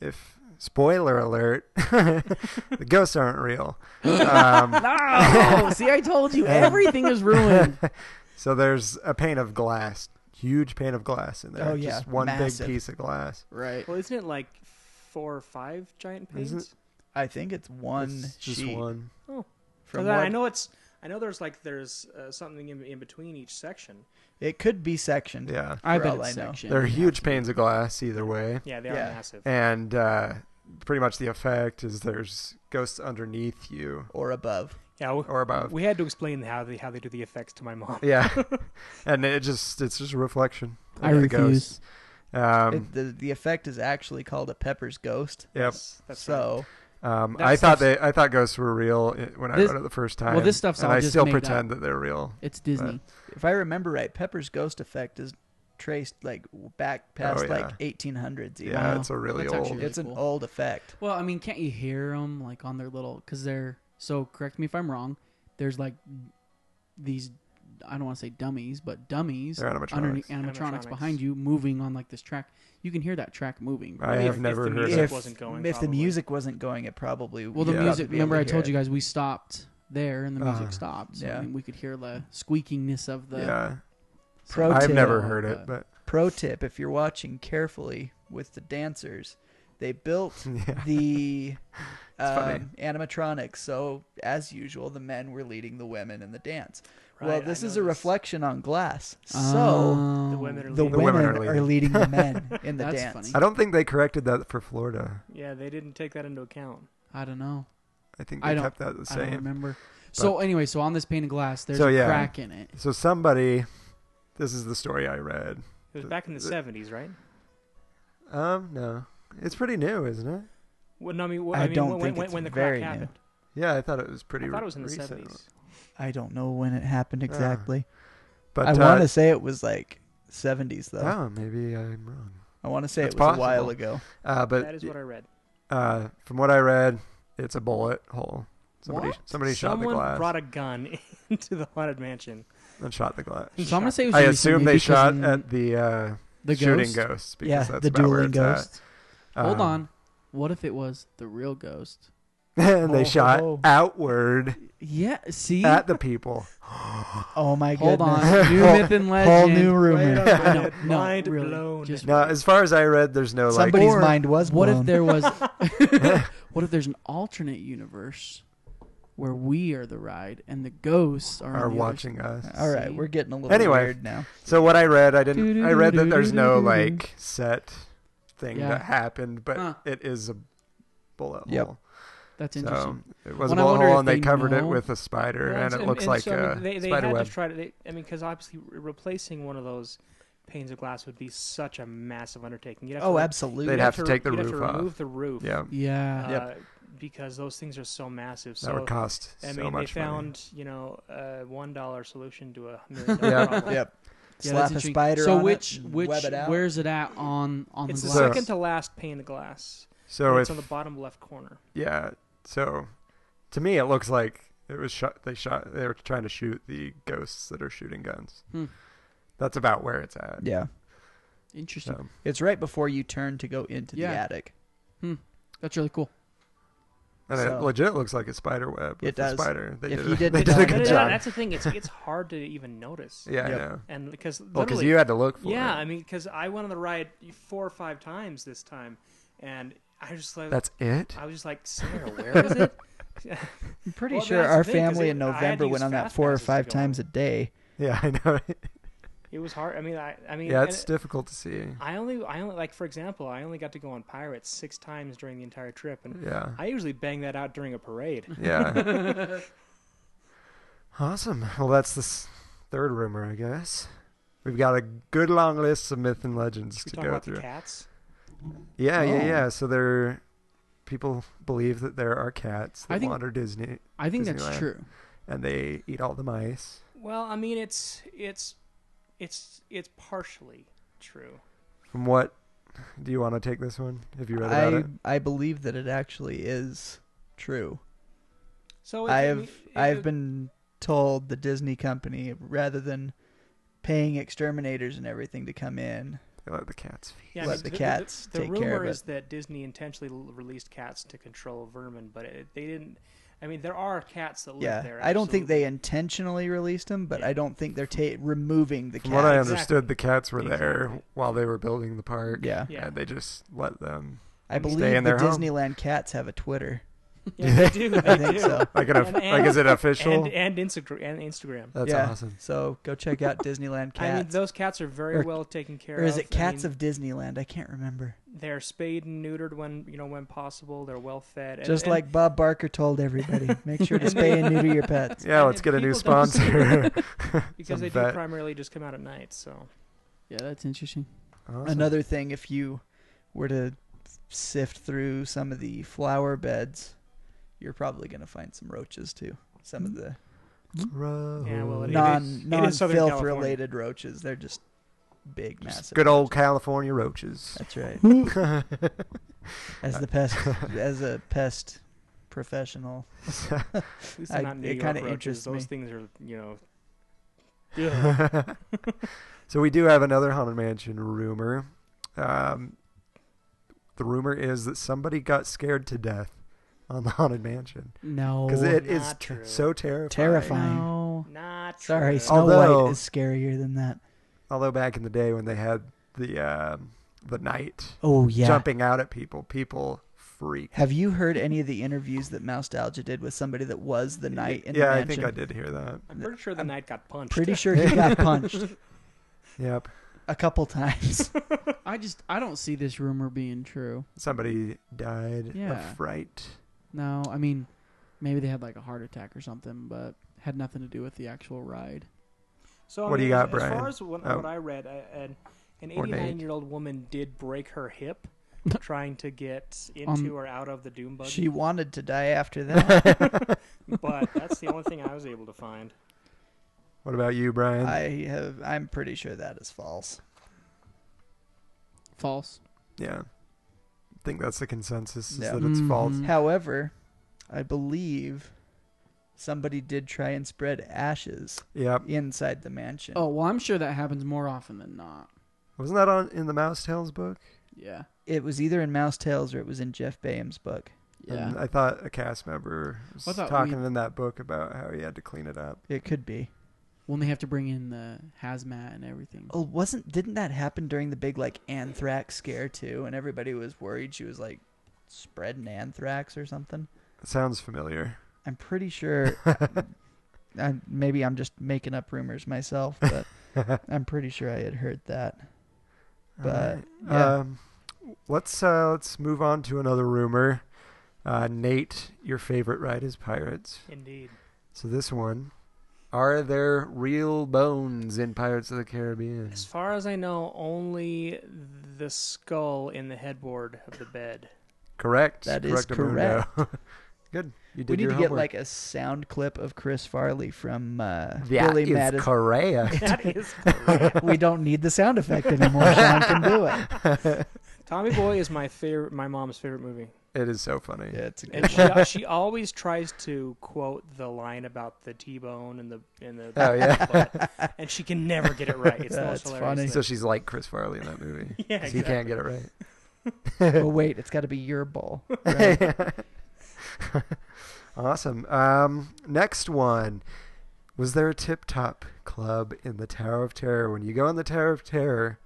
S5: If spoiler alert, (laughs) the ghosts aren't real. Um,
S8: (laughs)
S9: No. Oh, See, I told you everything is ruined.
S5: so there's a pane of glass, huge pane of glass in there.
S6: Oh, yeah,
S5: just one
S6: massive.
S5: big piece of glass.
S9: Right.
S8: Well, isn't it like four or five giant
S5: Isn't
S8: panes?
S6: I think it's one
S5: It's just
S6: sheet.
S5: one.
S8: Oh,
S6: From
S8: from I
S6: what-
S8: know it's. I know there's like there's uh, something in, in between each section.
S6: It could be sectioned.
S5: Yeah,
S9: I
S6: For
S9: bet
S6: all
S9: it's
S6: I know.
S9: section.
S5: they're huge panes of glass either way.
S8: Yeah, they are
S6: Yeah.
S8: massive.
S5: and uh, pretty much the effect is there's ghosts underneath you
S6: or above.
S8: Yeah, we,
S5: or above.
S8: we had to explain how they how they do the effects to my mom.
S5: yeah, (laughs) and it just it's just a reflection. of
S9: I
S5: the
S9: refuse.
S5: ghost. Um,
S6: It- the, the effect is actually called a Pepper's Ghost.
S5: yep.
S8: That's right.
S6: so
S5: Um,
S8: That
S5: I thought
S8: stuff's-
S5: they I thought ghosts were real i- when I
S9: This-
S5: read it the first time.
S9: this stuff's
S5: and
S9: all
S5: I
S9: just
S5: still
S9: made
S5: pretend that they're real.
S9: It's Disney.
S6: if I remember right, Pepper's Ghost effect is traced like back past
S5: Oh, yeah.
S6: like 1800s. Even.
S5: Yeah,
S9: Wow.
S5: it's a really
S9: That's
S5: old.
S9: actually-
S6: it's an
S9: Cool.
S6: old effect.
S9: Well, I mean, can't you hear them like on their little? Because they're so. Correct me if I'm wrong. There's like these. I don't want to say dummies, but dummies
S5: They're
S9: underneath-
S5: animatronics.
S9: animatronics,
S8: Animatronics.
S9: behind you, moving on like this track. You can hear that track moving.
S5: I
S8: If-
S5: have
S8: if
S5: never
S8: the
S5: heard.
S8: music
S5: It.
S6: If,
S8: wasn't going,
S6: if the
S8: probably.
S6: music wasn't going, it probably
S9: Well, the
S5: Yeah.
S9: music.
S6: be able
S9: Remember,
S6: to
S9: I
S6: hear
S9: told you
S6: it.
S9: guys we stopped there, and the music
S5: Uh,
S9: stopped. So,
S6: yeah.
S9: I mean, we could hear the squeakiness of the.
S5: Yeah,
S9: so-
S6: Pro
S5: I've
S6: tip.
S5: never heard it, but
S6: Pro tip: If you're watching carefully with the dancers,
S5: (laughs)
S6: they built the
S5: funny.
S6: um, animatronics. So as usual, the men were leading the women in the dance. well,
S8: Right, I
S6: this
S8: know
S6: is a
S8: this.
S6: reflection on glass. So
S9: Oh.
S8: the women are
S6: the
S8: leaving.
S5: women
S6: women
S5: are
S6: are leading.
S5: (laughs)
S6: the men in the
S9: That's
S6: dance.
S9: funny.
S5: I don't think they corrected that for Florida.
S8: Yeah, they didn't take that into account.
S9: I don't know.
S5: I think they
S9: I don't.
S5: kept that the
S9: I don't
S5: same.
S9: remember. So anyway, so on this pane of glass, there's
S5: So,
S9: a
S5: yeah.
S9: crack in it.
S5: So somebody, this is the story I read.
S8: It was back in the seventies, right?
S5: Um, no, it's pretty new, isn't it?
S8: Well, no, I mean, well,
S6: I
S8: I mean,
S6: don't
S8: when,
S6: think
S8: when,
S6: it's
S8: when the
S6: very
S8: crack
S6: new.
S8: happened,
S5: Yeah, I thought it was pretty.
S8: I thought
S5: re-
S8: it was in the
S5: recent.
S8: seventies.
S6: I don't know when it happened exactly.
S5: But
S6: I
S5: uh,
S6: want to say it was like 70s though.
S5: Oh, maybe I'm wrong.
S6: I want to say
S5: that's
S6: it was a while
S5: possible.
S6: ago.
S5: Uh,
S8: That
S5: but
S8: is what I read.
S5: uh, from what I read, it's a bullet hole. Somebody,
S9: What?
S5: somebody shot the
S8: Someone
S5: glass
S8: brought a gun (laughs) into the haunted mansion.
S5: and shot the glass.
S9: So I'm gonna say it was
S5: I
S9: recently
S5: assume they
S9: because
S5: shot
S9: in
S5: at the, uh,
S9: the
S5: shooting
S9: ghost.
S5: ghosts because
S6: Yeah,
S5: that's
S6: the
S5: about where
S6: dueling
S5: it's at.
S6: ghost.
S5: Um,
S9: Hold on. What if it was the real ghost?
S5: (laughs) and they
S6: Oh,
S5: shot
S6: oh.
S5: outward
S9: Yeah. See.
S5: at the people.
S6: Oh my goodness.
S9: Hold
S5: (laughs)
S9: on. New myth and legend.
S6: Whole new rumor.
S8: Wait a
S9: I know,
S8: minute.
S9: no,
S8: Mind
S9: really,
S8: blown.
S9: Just
S5: Now, as far as I read, there's no (laughs) like.
S6: Somebody's
S9: Or
S6: mind was
S9: what
S6: blown.
S9: if
S5: (laughs)
S9: there was? (laughs) what if there's an alternate universe where we are the ride and the ghosts are, on
S5: Are
S9: the other
S5: watching
S9: side?
S5: us.
S6: All right,
S9: See?
S6: we're getting a little
S5: Anyway.
S6: weird now.
S5: So what I read, I didn't. I read that there's no
S9: Doo-doo-doo-doo-doo-doo.
S5: like set thing
S9: Yeah.
S5: that happened, but
S9: Huh.
S5: it is a bullet
S6: Yep.
S5: hole.
S9: That's
S5: So
S9: interesting.
S5: it was
S9: When I
S5: a bullet
S9: wonder
S5: hole,
S9: if
S5: and they,
S9: they
S5: covered it
S9: know-
S5: with a spider,
S8: Well,
S5: and it looks like
S8: so, I mean,
S5: a
S8: they, they
S5: spider
S8: had
S5: web.
S8: to try to. They, I mean, because obviously re- replacing one of those panes of glass would be such a massive undertaking. You'd have
S6: Oh,
S8: to,
S6: absolutely.
S5: They'd
S8: you'd
S5: have to
S8: re-
S5: take the
S8: you'd
S5: roof
S8: have
S5: off.
S8: to remove the roof.
S5: yeah,
S9: yeah.
S8: Uh,
S6: Yep.
S8: Because those things are so massive.
S5: that
S8: So
S5: would cost
S8: I
S5: so
S8: mean, they
S5: much
S8: found
S5: money.
S8: you know a one dollar solution
S5: (laughs)
S8: to a million dollar
S5: Yeah.
S8: problem.
S6: Yep.
S9: Yeah,
S6: Slap
S9: that's
S6: a
S9: intriguing.
S6: spider
S9: So
S6: on
S9: which
S6: it and
S9: which
S6: web it out.
S9: where's it at on on
S8: It's
S9: the
S8: the
S9: glass?
S8: second to last pane of glass.
S5: So
S8: it's
S5: if
S8: on the bottom left corner.
S5: yeah, so to me it looks like it was shot. They shot. They were trying to shoot the ghosts that are shooting guns.
S9: Hmm.
S5: That's about where it's at.
S6: Yeah.
S9: Interesting.
S5: So,
S6: It's right before you turn to go into
S9: Yeah.
S6: the attic.
S9: That's really cool.
S5: And
S6: So-
S5: it legit looks like a spider web. with
S6: It
S5: the
S6: does.
S5: Spider. They
S6: If
S5: did,
S6: he
S5: a- (laughs) (laughs)
S6: did
S5: they
S6: it
S5: did a
S6: on-
S8: No, no,
S5: good
S8: no,
S5: job.
S8: that's the thing. It's it's hard to even notice.
S5: yeah, I
S6: Yep.
S5: know.
S8: And because
S5: Well, because
S8: literally-
S5: you had to look for
S8: yeah,
S5: it.
S8: I mean, because I went on the ride four or five times this time, and I was just like,
S5: That's it.
S8: I was just like, Sarah, where is it? (laughs)
S6: I'm pretty
S8: Well,
S6: sure
S8: that's the
S6: our
S8: thing, 'cause
S6: family
S8: it-
S6: in
S8: I had to
S6: November
S8: use
S6: went on that
S8: fast
S6: four or
S8: passes to
S6: five
S8: go.
S6: times a day.
S5: Yeah, I (laughs) know. right?
S8: It was hard. I mean, I, I mean,
S5: yeah,
S8: and
S5: it's
S8: it-
S5: difficult to see.
S8: I only, I only like for example, I only got to go on Pirates six times during the entire trip, and
S5: Yeah.
S8: I (laughs) usually bang that out during
S5: (laughs)
S8: a parade.
S5: Yeah. awesome. Well, that's this third rumor, I guess. We've got a good long list of myth and legends
S8: We
S5: to
S8: talk
S5: go
S8: about
S5: through.
S8: the cats.
S5: Yeah, yeah,
S9: Oh.
S5: yeah. So there, people believe that there are cats that
S9: I think-
S5: wander Disney,
S9: I think that's
S5: Disneyland.
S9: true.
S5: and they eat all the mice.
S8: Well, I mean, it's, it's, it's, it's partially true.
S5: From what? Do you want to take this one? Have you read about
S6: I
S5: it?
S6: I believe that it actually is true.
S8: So it's,
S6: I
S8: mean,
S6: have
S8: it-
S6: I have
S8: it-
S6: been told the Disney company rather than paying exterminators and everything to come in.
S5: They let the cats feed.
S8: Yeah, I
S6: let
S8: mean,
S6: the cats
S8: The,
S6: take
S8: rumor
S6: care of it.
S8: is that Disney intentionally l- released cats to control vermin, but it, they didn't. I mean, there are cats that live
S6: Yeah,
S8: there.
S6: I don't think they
S8: absolutely.
S6: intentionally released them, but I don't think they're ta- removing the
S5: From what I
S6: cats.
S5: understood, the cats were there
S8: Exactly.
S5: while they were building the park.
S6: Yeah.
S8: Yeah.
S5: and they just let
S6: (laughs)
S5: them.
S6: I believe
S5: Stay in
S6: the
S5: their home.
S6: Disneyland cats have
S5: (laughs)
S6: a Twitter.
S8: Yeah,
S6: (laughs)
S8: they do. They
S6: I think
S8: do.
S6: so.
S5: Like, an,
S8: And-
S5: like is it official?
S8: And and Instagram. And Instagram.
S5: That's
S6: yeah.
S5: awesome.
S6: So go check out Disneyland
S8: I mean,
S6: cats.
S8: those cats are very
S6: Or-
S8: well taken care
S6: or is
S8: of.
S6: it cats
S8: I mean,
S6: of Disneyland? I can't remember.
S8: They're spayed and neutered when you know when possible. They're well fed. And,
S6: Just
S8: and-
S6: like Bob Barker told everybody, make sure to spay
S8: (laughs)
S6: and neuter your pets.
S5: Yeah,
S8: And
S5: let's
S8: if
S5: get a new
S8: people don't see (laughs)
S5: sponsor.
S8: because they
S5: some
S8: do
S5: vet.
S8: primarily just come out at night. So
S9: Yeah, that's interesting.
S5: (laughs) Awesome.
S6: Another thing, if you were to sift through some of the flower beds, you're probably going to find some roaches too. Some of the
S8: yeah, well, it, it is-
S6: non
S8: it
S6: non
S8: is Southern
S6: filth
S8: California.
S6: related roaches. They're just big, massive.
S5: Good old
S6: roaches.
S5: California
S6: (laughs)
S5: roaches. (laughs)
S6: That's right. as the pest, as a pest professional,
S8: At least they're
S6: I-
S8: not New
S6: it
S8: York
S6: kinda
S8: roaches.
S6: interests
S8: Those
S6: me.
S8: things are you know.
S6: (laughs)
S5: so we do have another haunted mansion rumor. Um, the rumor is that somebody got scared to death on the haunted mansion
S9: No.
S5: because it is
S8: not
S5: t-
S8: true.
S5: so terrifying.
S6: Oh. Terrifying.
S9: No.
S8: Not
S6: Sorry,
S8: true.
S6: Snow
S5: Although-
S6: White is scarier than that.
S5: Although back in the day when they had the um, the night
S6: Oh yeah.
S5: jumping out at people, people freaked.
S6: Have you heard any of the interviews that Nostalgia did with somebody that was the knight in the
S5: yeah, I
S6: mansion?
S5: think I did hear that.
S8: I'm pretty sure the night got punched. (laughs)
S6: Pretty sure he
S5: (laughs)
S6: got punched
S5: Yep,
S6: a couple times.
S9: I just I don't see this rumor being true.
S5: somebody died
S9: Yeah.
S5: of fright.
S9: No, I mean maybe they had like a heart attack or something, but had nothing to do with the actual ride.
S8: So I
S5: What do
S8: mean,
S5: you
S8: as-
S5: got,
S8: As
S5: Brian?
S8: far as what,
S5: Oh.
S8: what I read, I, an an
S5: Or Nate.
S8: 89 year old woman did break
S5: (laughs)
S8: her hip trying to get into
S9: Um,
S8: or out of the doom buggy,
S6: she wanted to die after that.
S8: (laughs) but that's the only thing I was able to find.
S5: What about you, Brian?
S6: I have. I'm pretty sure that is false.
S9: False.
S5: Yeah. I think that's the consensus is
S6: Yeah. Mm-hmm.
S5: that it's false.
S9: Mhm.
S6: However, I believe somebody did try and spread ashes
S5: Yep.
S6: inside the mansion.
S9: Oh well, I'm sure that happens more often than not.
S5: Wasn't that on in the Mouse Tales book?
S9: Yeah.
S6: It was either in Mouse Tales or it was in Jeff Bayham's book.
S9: Yeah.
S5: And I thought a cast member was
S9: I thought
S5: talking
S9: we-
S5: in that book about how he had to clean it up.
S6: It could be.
S9: when they have to bring in the hazmat and everything.
S6: Oh, wasn't didn't that happen during the big like anthrax scare too? And everybody was worried she was like spreading anthrax or something.
S5: Sounds familiar.
S6: I'm
S5: (laughs)
S6: pretty sure. uh, I, maybe I'm just making up rumors myself, but
S5: (laughs)
S6: I'm pretty sure I had heard that. But yeah,
S5: Um, let's uh, let's move on to another rumor. Uh, Nate, your favorite ride is Pirates.
S8: Indeed.
S5: So this one, are there real bones in Pirates of the Caribbean?
S8: As far as I know, only the skull in the headboard of the bed. (laughs)
S5: Correct.
S6: That is
S5: Correctamundo. (laughs) Good. You did
S6: we need
S5: your
S6: to
S5: homework.
S6: get like a sound clip of Chris Farley from uh,
S5: That
S6: Billy
S5: is
S6: Madison. (laughs)
S5: correct.
S8: That is
S5: (laughs)
S8: correct.
S6: we don't need the sound effect anymore. Sean can do it.
S8: Tommy Boy is my favorite, my mom's favorite movie,
S5: It is so funny.
S6: Yeah, it's a good
S5: (laughs)
S8: and
S6: one.
S8: she, she always tries to quote the line about the T-bone and the and the
S5: Oh, yeah.
S8: (laughs) butt, and she can never get it
S5: (laughs)
S8: right. It's the
S6: That's
S8: most hilarious
S6: funny.
S8: thing.
S5: So she's like Chris Farley in that
S6: (laughs)
S5: movie.
S8: Yeah,
S5: 'cause He can't get it right.
S6: (laughs) Well, wait, it's got to be your ball. right?
S5: (laughs) Awesome. Um, next one. Was there a tip top club in the Tower of Terror? When you go in the Tower of Terror,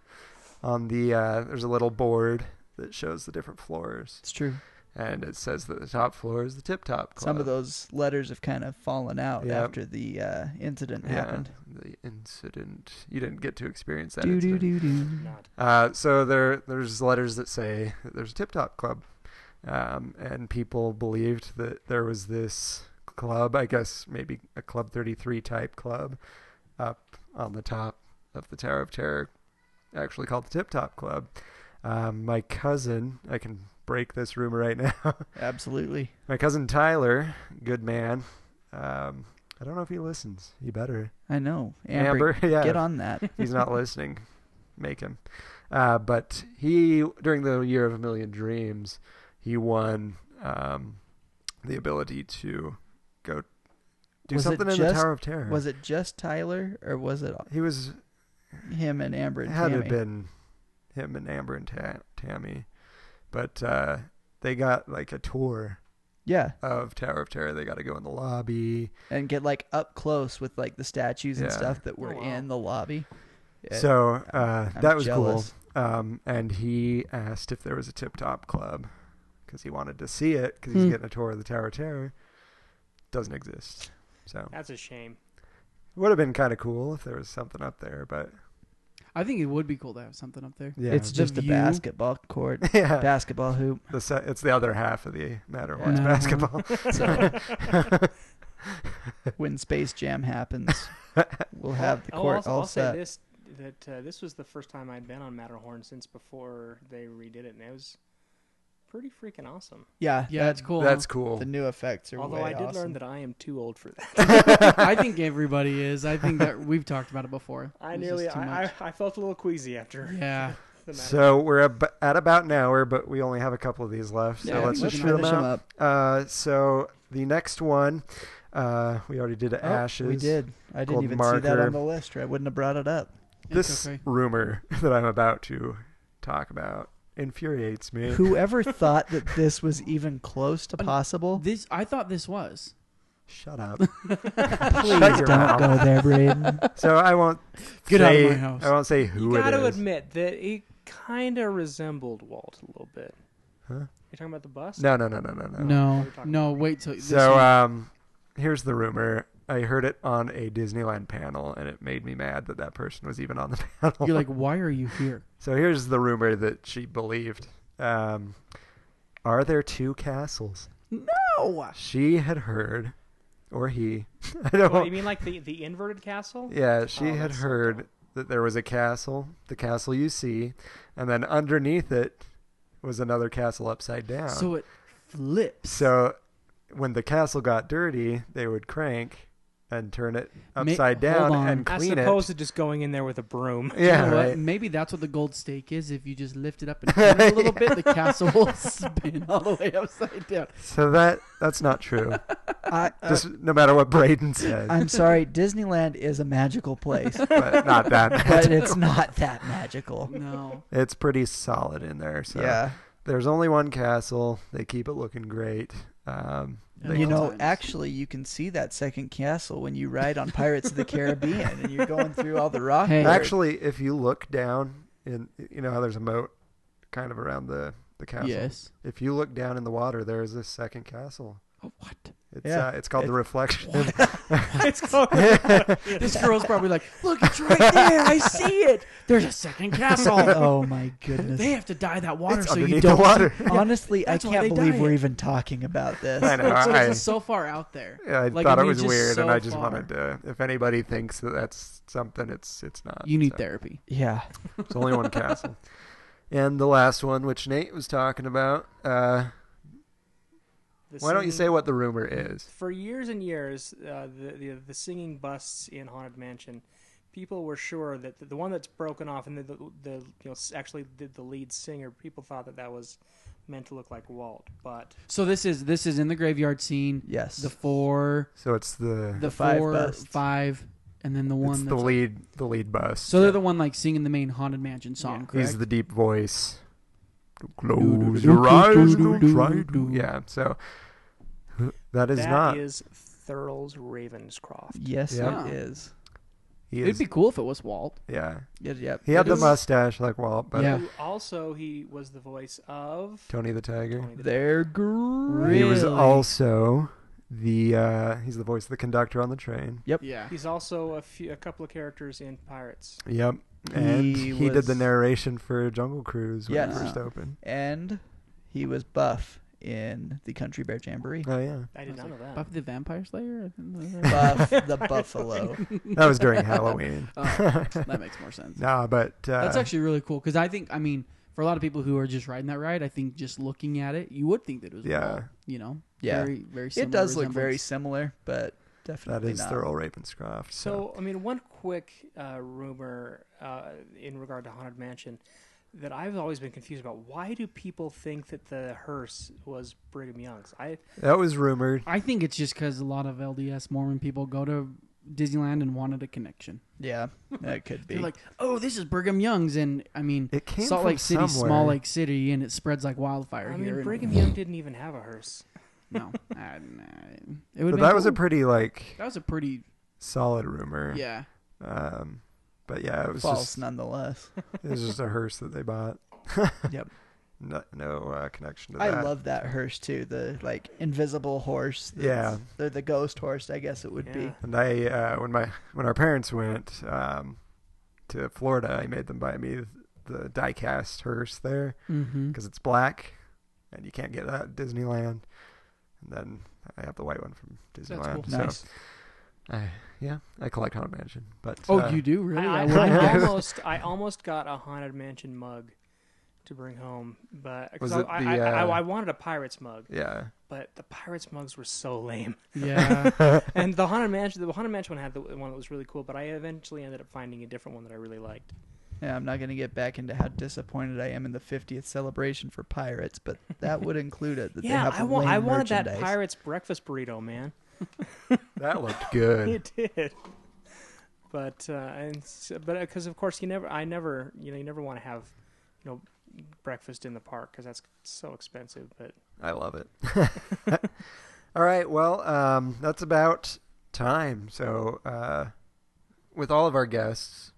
S5: on the uh, there's a little board that shows the different floors,
S6: It's true.
S5: and it says that the top floor is the tip top club.
S6: Some of those letters have kind of fallen out
S5: Yeah.
S6: after the uh, incident
S5: yeah,
S6: happened.
S5: The incident. You didn't get to experience that.
S6: Do do
S5: incident.
S6: do do.
S8: Not.
S5: Uh, so there, there's letters that say that there's a tip top club, um, and people believed that there was this club. I guess maybe a Club 33 type club up on the top of the Tower of Terror, actually called the Tip Top Club. Um, my cousin, I can break this rumor right (laughs) now.
S6: Absolutely.
S5: my cousin Tyler, good man. Um, I don't know if he listens. He better.
S6: I know. Amber,
S5: Amber, (laughs) yeah.
S6: get on that.
S5: If he's not listening. Make him. Uh, but he, during the year of a million dreams, he won um, the ability to go do
S6: Was it
S5: something in
S6: just-
S5: the Tower of Terror.
S6: Was it just Tyler or was it
S5: He was
S6: him and Amber
S5: it
S6: and
S5: had to
S6: Tammy?
S5: have been him and Amber and Ta- Tammy, but uh, they got like a tour
S6: Yeah,
S5: of Tower of Terror. They got to go in the lobby.
S6: and get like up close with like the statues and
S5: Yeah.
S6: stuff that were
S8: Oh, wow.
S6: in the lobby. Yeah.
S5: So uh,
S6: I'm
S5: that was
S6: jealous.
S5: cool. Um, and he asked if there was a tip top club because he wanted to see it because he's
S9: Hmm.
S5: getting a tour of the Tower of Terror. Doesn't exist. So
S8: That's a shame.
S5: it would have been kind of cool if there was something up there, but (laughs)
S9: I think it would be cool to have something up there.
S5: yeah,
S6: it's just a
S9: view.
S6: basketball court,
S5: (laughs) yeah.
S6: basketball hoop.
S5: the se- it's the other half of the Matterhorn
S9: Yeah.
S5: basketball. (laughs)
S6: So when Space
S5: (laughs)
S6: Jam happens, we'll have the
S8: Oh,
S6: court
S8: also,
S6: all
S8: I'll
S6: set.
S8: say this: that uh, this was the first time I'd been on Matterhorn since before they redid it, and it was pretty freaking awesome.
S6: Yeah,
S9: Yeah,
S6: that-
S9: it's cool.
S5: That's cool.
S6: The new effects are
S8: Although
S6: way
S8: I did
S6: awesome.
S8: learn that I am too old for that.
S5: (laughs)
S9: I think everybody is. I think that we've talked about it before.
S8: I
S9: It's
S8: nearly,
S9: just too
S8: I, I,
S9: much.
S8: I felt a little queasy after
S9: yeah.
S8: the Matterhorn.
S5: So we're ab- at about an hour, but we only have a couple of these left. So
S9: Yeah,
S5: let's
S9: let's
S5: just chew them
S6: finish 'em
S5: out. Uh, so the next one, uh, we already did
S6: Oh,
S5: ashes.
S6: We did. I didn't
S5: gold
S6: even see that
S5: marker.
S6: on the list, or I wouldn't have brought it
S5: (laughs)
S6: up.
S9: It's
S5: This
S9: okay.
S5: rumor (laughs) that I'm about to talk about infuriates me.
S6: Whoever thought that this was even close to
S9: Un-
S6: possible,
S9: This I thought this was.
S5: Shut
S9: (laughs)
S5: up.
S6: please
S5: Shut your
S6: don't
S5: mouth.
S6: go
S5: (laughs)
S6: there, Braden.
S5: So I won't
S9: Get out of
S5: say,
S9: my house.
S5: I won't say who
S8: you
S5: it
S8: got to
S5: is.
S8: admit that it kind of resembled Walt a little bit.
S5: Huh?
S8: You're talking about the bus?
S5: no, no, no, no, no, no.
S9: No,
S8: Oh, we're talking
S9: no. Wait till this
S5: So
S9: one.
S5: um, here's the rumor. I heard it on a Disneyland panel, and it made me mad that that person was even on the (laughs) panel.
S9: you're like, why are you
S5: (laughs)
S9: here?
S5: So here's the rumor that she believed. Um, are there two castles?
S9: No.
S5: She had heard, or he. (laughs) I don't.
S8: Oh, you mean like the, the inverted castle?
S5: yeah, she
S8: Oh,
S5: had
S8: that's so
S5: heard
S8: dumb.
S5: that there was a castle, the castle you see, and then underneath it was another castle upside down.
S9: So it flips.
S5: Oh. So when the castle got dirty, they would crank and turn it
S9: Ma-
S5: upside
S9: hold
S5: down
S9: on.
S5: and
S8: As
S5: clean
S8: opposed
S5: it.
S8: to just going in there with a broom.
S5: (laughs)
S9: You
S5: Yeah,
S9: know what?
S5: right.
S9: Maybe that's what the gold stake is. If you just lift it up and turn it a little
S5: (laughs)
S9: bit, the castle will spin all the way upside down.
S5: So that that's not true. (laughs)
S6: I,
S5: Just no matter what Braden says, (laughs)
S6: I'm sorry, Disneyland is a magical place,
S5: but not that.
S6: but it's not that magical.
S9: No.
S5: (laughs) It's pretty solid in there. So
S6: yeah,
S5: there's only one castle. They keep it looking great. Um,
S9: Yeah,
S5: they-
S6: you know,
S9: Sometimes.
S6: actually, you can see that second castle when you ride on Pirates of the Caribbean and you're going through all the rock.
S9: Hey.
S6: art.
S5: actually, (laughs) if you look down, in you know how there's a moat kind of around the the castle.
S9: Yes.
S5: If you look down in the water, there is this second castle.
S9: Oh, what?
S5: It's
S6: Yeah.
S5: uh, it's called the reflection.
S9: (laughs)
S8: it's called,
S9: This girl's probably like, look, it's right there. I see it. There's a
S5: (laughs)
S9: second castle.
S6: (laughs) oh my goodness.
S9: They have to dye that water
S5: It's
S9: so you
S5: underneath
S9: don't.
S5: the
S9: (laughs)
S5: water.
S6: Honestly, I
S9: That's why
S6: can't
S9: they
S6: believe
S9: dye
S6: we're
S9: it.
S6: even talking about this.
S5: I know.
S9: It's
S5: I,
S9: just so far out there.
S5: I
S9: Like,
S5: thought
S9: I
S5: it
S9: mean,
S5: was
S9: just
S5: weird,
S9: so
S5: and I just
S9: far.
S5: wanted to. If anybody thinks that that's something, it's it's not.
S9: You need
S5: So,
S9: therapy.
S6: Yeah.
S5: It's only one castle. And the last one, which Nate was talking about. Uh,
S8: the
S5: why don't you
S8: singing-
S5: say what the rumor is?
S8: For years and years, uh, the, the the singing busts in Haunted Mansion, people were sure that the, the one that's broken off and the, the the you know s- actually did the lead singer. People thought that that was meant to look like Walt, but
S9: So this is this is in the graveyard scene.
S6: Yes.
S9: The four,
S5: So it's the,
S9: the,
S6: five
S9: four,
S6: busts.
S9: five, and then the one.
S5: it's the
S9: that's-
S5: lead the lead bus.
S9: So they're the one like singing the main haunted mansion song.
S8: Yeah.
S9: Correct?
S5: He's the deep voice. Close your eyes and try to. Yeah. So (laughs) That is
S8: That
S5: not.
S8: is Thurl's Ravenscroft.
S6: Yes,
S5: Yeah.
S6: it is.
S5: he
S9: It'd
S5: is.
S9: be cool if it was Walt.
S5: yeah.
S6: Yep, yep.
S5: He had
S6: It
S5: the
S6: is-
S5: mustache like Walt, but
S9: Yeah.
S8: Who also he was the voice of
S5: Tony the Tiger.
S6: They're great.
S5: He was
S9: Really?
S5: also the uh, he's the voice of the conductor on the train.
S6: Yep.
S9: Yeah.
S8: He's also a few, a couple of characters in Pirates.
S5: Yep. And he,
S6: He
S5: did the
S6: was-
S5: narration for Jungle Cruise when
S6: Yes.
S5: it first opened.
S6: And he was Buff in the Country Bear
S5: (laughs)
S6: Jamboree.
S5: Oh yeah,
S8: I did not know that.
S9: Buffy the Vampire Slayer.
S5: (laughs)
S6: Buff the Buffalo.
S5: that was during Halloween. (laughs)
S9: Oh, that makes more sense.
S5: Nah, but uh,
S9: That's actually really cool because I think I mean for a lot of people who are just riding that ride, I think just looking at it, you would think that it was
S5: Yeah.
S9: Walt, you know,
S6: Yeah.
S9: very very. Similar
S6: It does look very
S9: resemblance.
S6: similar, but
S5: that
S6: definitely
S5: is
S6: not.
S5: Thurl Ravenscroft. So,
S8: So, I mean, one quick uh, rumor uh, in regard to Haunted Mansion that I've always been confused about: why do people think that the hearse was Brigham Young's? I
S5: that was rumored.
S9: I think it's just because a lot of LDS Mormon people go to Disneyland and wanted a connection.
S5: (laughs)
S6: Yeah, that could be.
S9: They're like, oh, this is Brigham Young's, and I mean,
S5: It came
S9: Salt
S5: from
S9: Lake City,
S5: somewhere.
S9: small Lake City, and it spreads like wildfire
S8: I
S9: here.
S8: mean,
S9: and-
S8: Brigham Young didn't even have a hearse.
S9: no, I, nah, it would.
S5: But that was a pretty like
S9: that was a pretty
S5: solid rumor.
S9: yeah.
S5: Um, but yeah, it was
S6: False
S5: just
S6: nonetheless.
S5: it was just a hearse that they bought.
S6: Yep.
S5: (laughs) No, no uh, connection to
S6: I
S5: that.
S6: love that hearse too. The like invisible horse.
S5: Yeah.
S6: They're the ghost horse, I guess it would be.
S8: Yeah.
S5: And I, uh, when my when our parents went um, to Florida, I made them buy me the diecast hearse there
S9: Mm-hmm.
S5: because it's black, and you can't get that at Disneyland. And then I have the white one from
S9: That's
S5: Disneyland.
S9: cool.
S5: So I, yeah, I collect Haunted Mansion. But
S9: Oh,
S5: uh,
S9: you do really?
S8: I, I-
S9: wouldn't
S8: I
S9: guess.
S8: almost, I almost got a haunted mansion mug to bring home, but 'cause
S5: Was
S8: I,
S5: it
S8: I,
S5: the,
S8: I,
S5: uh,
S8: I wanted a pirates mug,
S5: Yeah,
S8: but the pirates mugs were so lame.
S9: yeah. (laughs)
S8: and the haunted mansion, the haunted mansion one had the one that was really cool, but I eventually ended up finding a different one that I really liked.
S6: Yeah, I'm not going to get back into how disappointed I am in the 50th celebration for pirates, but that would include it. That they
S8: Yeah,
S6: have
S8: I want, I
S6: lame
S8: wanted that
S6: merchandise.
S8: pirates breakfast burrito, man.
S5: that looked good.
S8: It did. (laughs) But uh, and s- but because of course you never, I never, you know, you never want to have, you know, breakfast in the park because that's so expensive. But
S5: I love it. (laughs) All right, well, um, that's about time. So, uh, with all of our guests,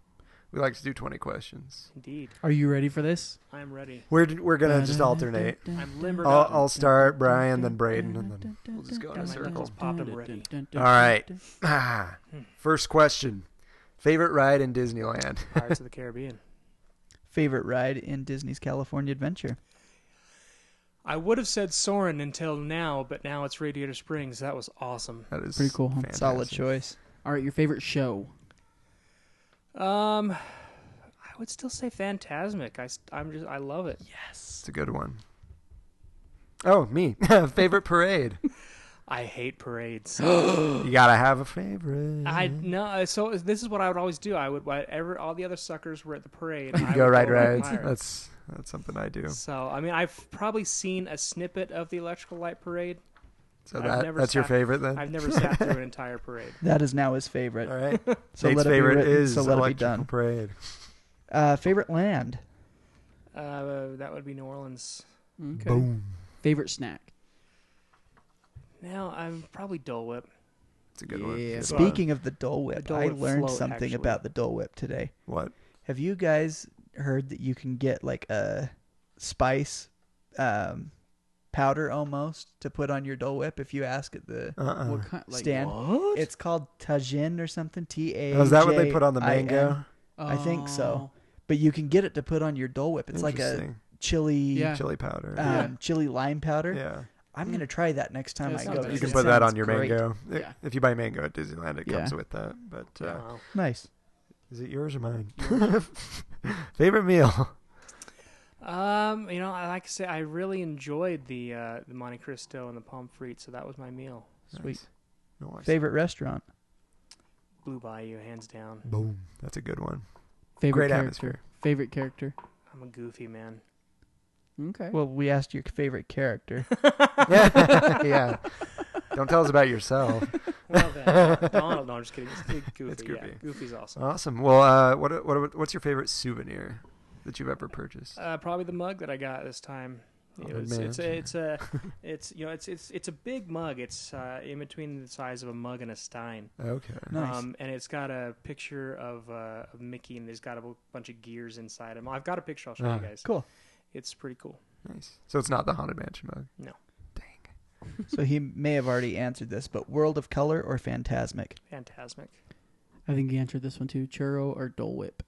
S5: we like to do twenty questions.
S8: indeed,
S9: Are you ready for this?
S8: I'm ready.
S5: We're we're gonna just alternate.
S8: I'm limbered
S5: I'll,
S8: up.
S5: I'll start Brian, then Braden, and then we'll just go in
S8: Got
S5: a
S8: my knuckles
S5: circle.
S8: popped. I'm ready.
S5: All right. Ah, First question. Favorite ride in (laughs) Disneyland?
S8: (laughs) Pirates of the Caribbean.
S6: Favorite ride in Disney's California Adventure.
S8: I would have said Soren until now, but now it's Radiator Springs. That was awesome.
S5: That is
S9: Pretty cool, huh?
S5: fantastic.
S6: Solid choice.
S9: All right, your favorite show.
S8: Um, I would still say Phantasmic. I s- I'm just I love it.
S5: It's a good one. Oh, me. (laughs) favorite (laughs) parade.
S8: I
S6: (gasps)
S8: hate parades. (gasps)
S5: You gotta have a favorite.
S8: I no. I- So this is what I would always do. I would whatever all the other suckers were at the
S5: (laughs)
S8: parade. I
S5: go
S8: would
S5: ride
S8: with
S5: rides.
S8: Pirates.
S5: That's that's something I do.
S8: So I mean, I've probably seen a snippet of the Electrical Light Parade.
S5: So
S8: I've
S5: that,
S8: never
S5: that's your
S8: sat-
S5: favorite then.
S8: I've
S5: (laughs)
S8: never sat through an entire parade.
S6: That is now his favorite.
S5: All right.
S6: So
S5: Uh, Nate's
S6: let it be
S5: favorite
S6: written,
S5: is
S6: so let it be
S5: electrical
S6: done.
S5: parade.
S6: Uh, favorite land.
S8: Uh, that would be New Orleans.
S9: Okay. Favorite snack.
S8: Now I'm probably Dole Whip.
S5: It's a good one.
S9: Yeah.
S5: Good
S9: Speak-
S5: one.
S6: Speaking of the Dole Whip,
S8: Dole
S6: I
S8: Whip
S6: learned
S8: float,
S6: something
S8: actually.
S6: about the Dole Whip today.
S5: What?
S6: Have you guys heard that you can get like a spice um, powder almost to put on your Dole Whip if you ask at the
S5: Uh-uh.
S9: What kind? Like,
S6: stand?
S8: What?
S6: It's called tajin or something. T A.
S5: Oh, is that what they put on the
S6: J I N.
S5: mango?
S6: I think
S9: Oh.
S6: so. But you can get it to put on your Dole Whip. It's like a
S5: Interesting.
S6: chili,
S9: Yeah.
S5: Chili powder.
S6: um, chili lime powder.
S5: yeah.
S6: I'm gonna try that next time
S9: Yeah,
S6: I go.
S9: it sounds
S6: because
S9: nice.
S5: You can
S6: it
S5: put that
S6: sounds
S5: on your
S6: great.
S5: mango. I-
S9: Yeah.
S5: If you buy mango at Disneyland, it comes
S9: Yeah.
S5: with that. But uh,
S8: Wow.
S6: Nice.
S5: is it yours or
S6: (laughs)
S5: mine? (laughs) Favorite meal?
S8: Um, you know, I like to say I really enjoyed the uh, the Monte Cristo and the palm frites, so that was my meal.
S6: Sweet.
S5: Nice. Nice.
S6: Favorite restaurant.
S8: Blue Bayou, hands down.
S5: Boom. That's a good
S6: (laughs)
S5: one. (laughs)
S9: Favorite
S5: Great
S9: character.
S5: atmosphere.
S9: Favorite character.
S8: I'm a goofy man.
S9: Okay.
S6: Well, we asked your favorite character.
S5: yeah. Don't tell us about yourself.
S8: (laughs) Well then, Donald. No, I'm
S5: (laughs)
S8: just kidding. It's goofy.
S5: It's
S8: yeah.
S5: goofy.
S8: Goofy's awesome.
S5: Awesome. Well, uh, what, what what's your favorite souvenir that you've ever purchased?
S8: Uh, probably the mug that I got this time.
S6: Oh,
S8: It
S5: I'd
S8: was, it's a,
S5: imagine.
S6: (laughs)
S8: it's a it's you know it's it's it's a big mug. It's uh, in between the size of a mug and a stein.
S5: Okay.
S6: (laughs) Nice.
S8: Um, and it's got a picture of, uh, of Mickey, and there's got a bu- bunch of gears inside him. I've got a picture. I'll show
S5: Ah.
S8: you guys.
S6: cool.
S8: It's pretty cool.
S5: Nice. So it's not the haunted mansion mug.
S8: No,
S5: Dang.
S6: So he may have already answered this, but World of Color or Phantasmic?
S8: Fantasmic.
S9: I think he answered this one too. Churro or Dole Whip.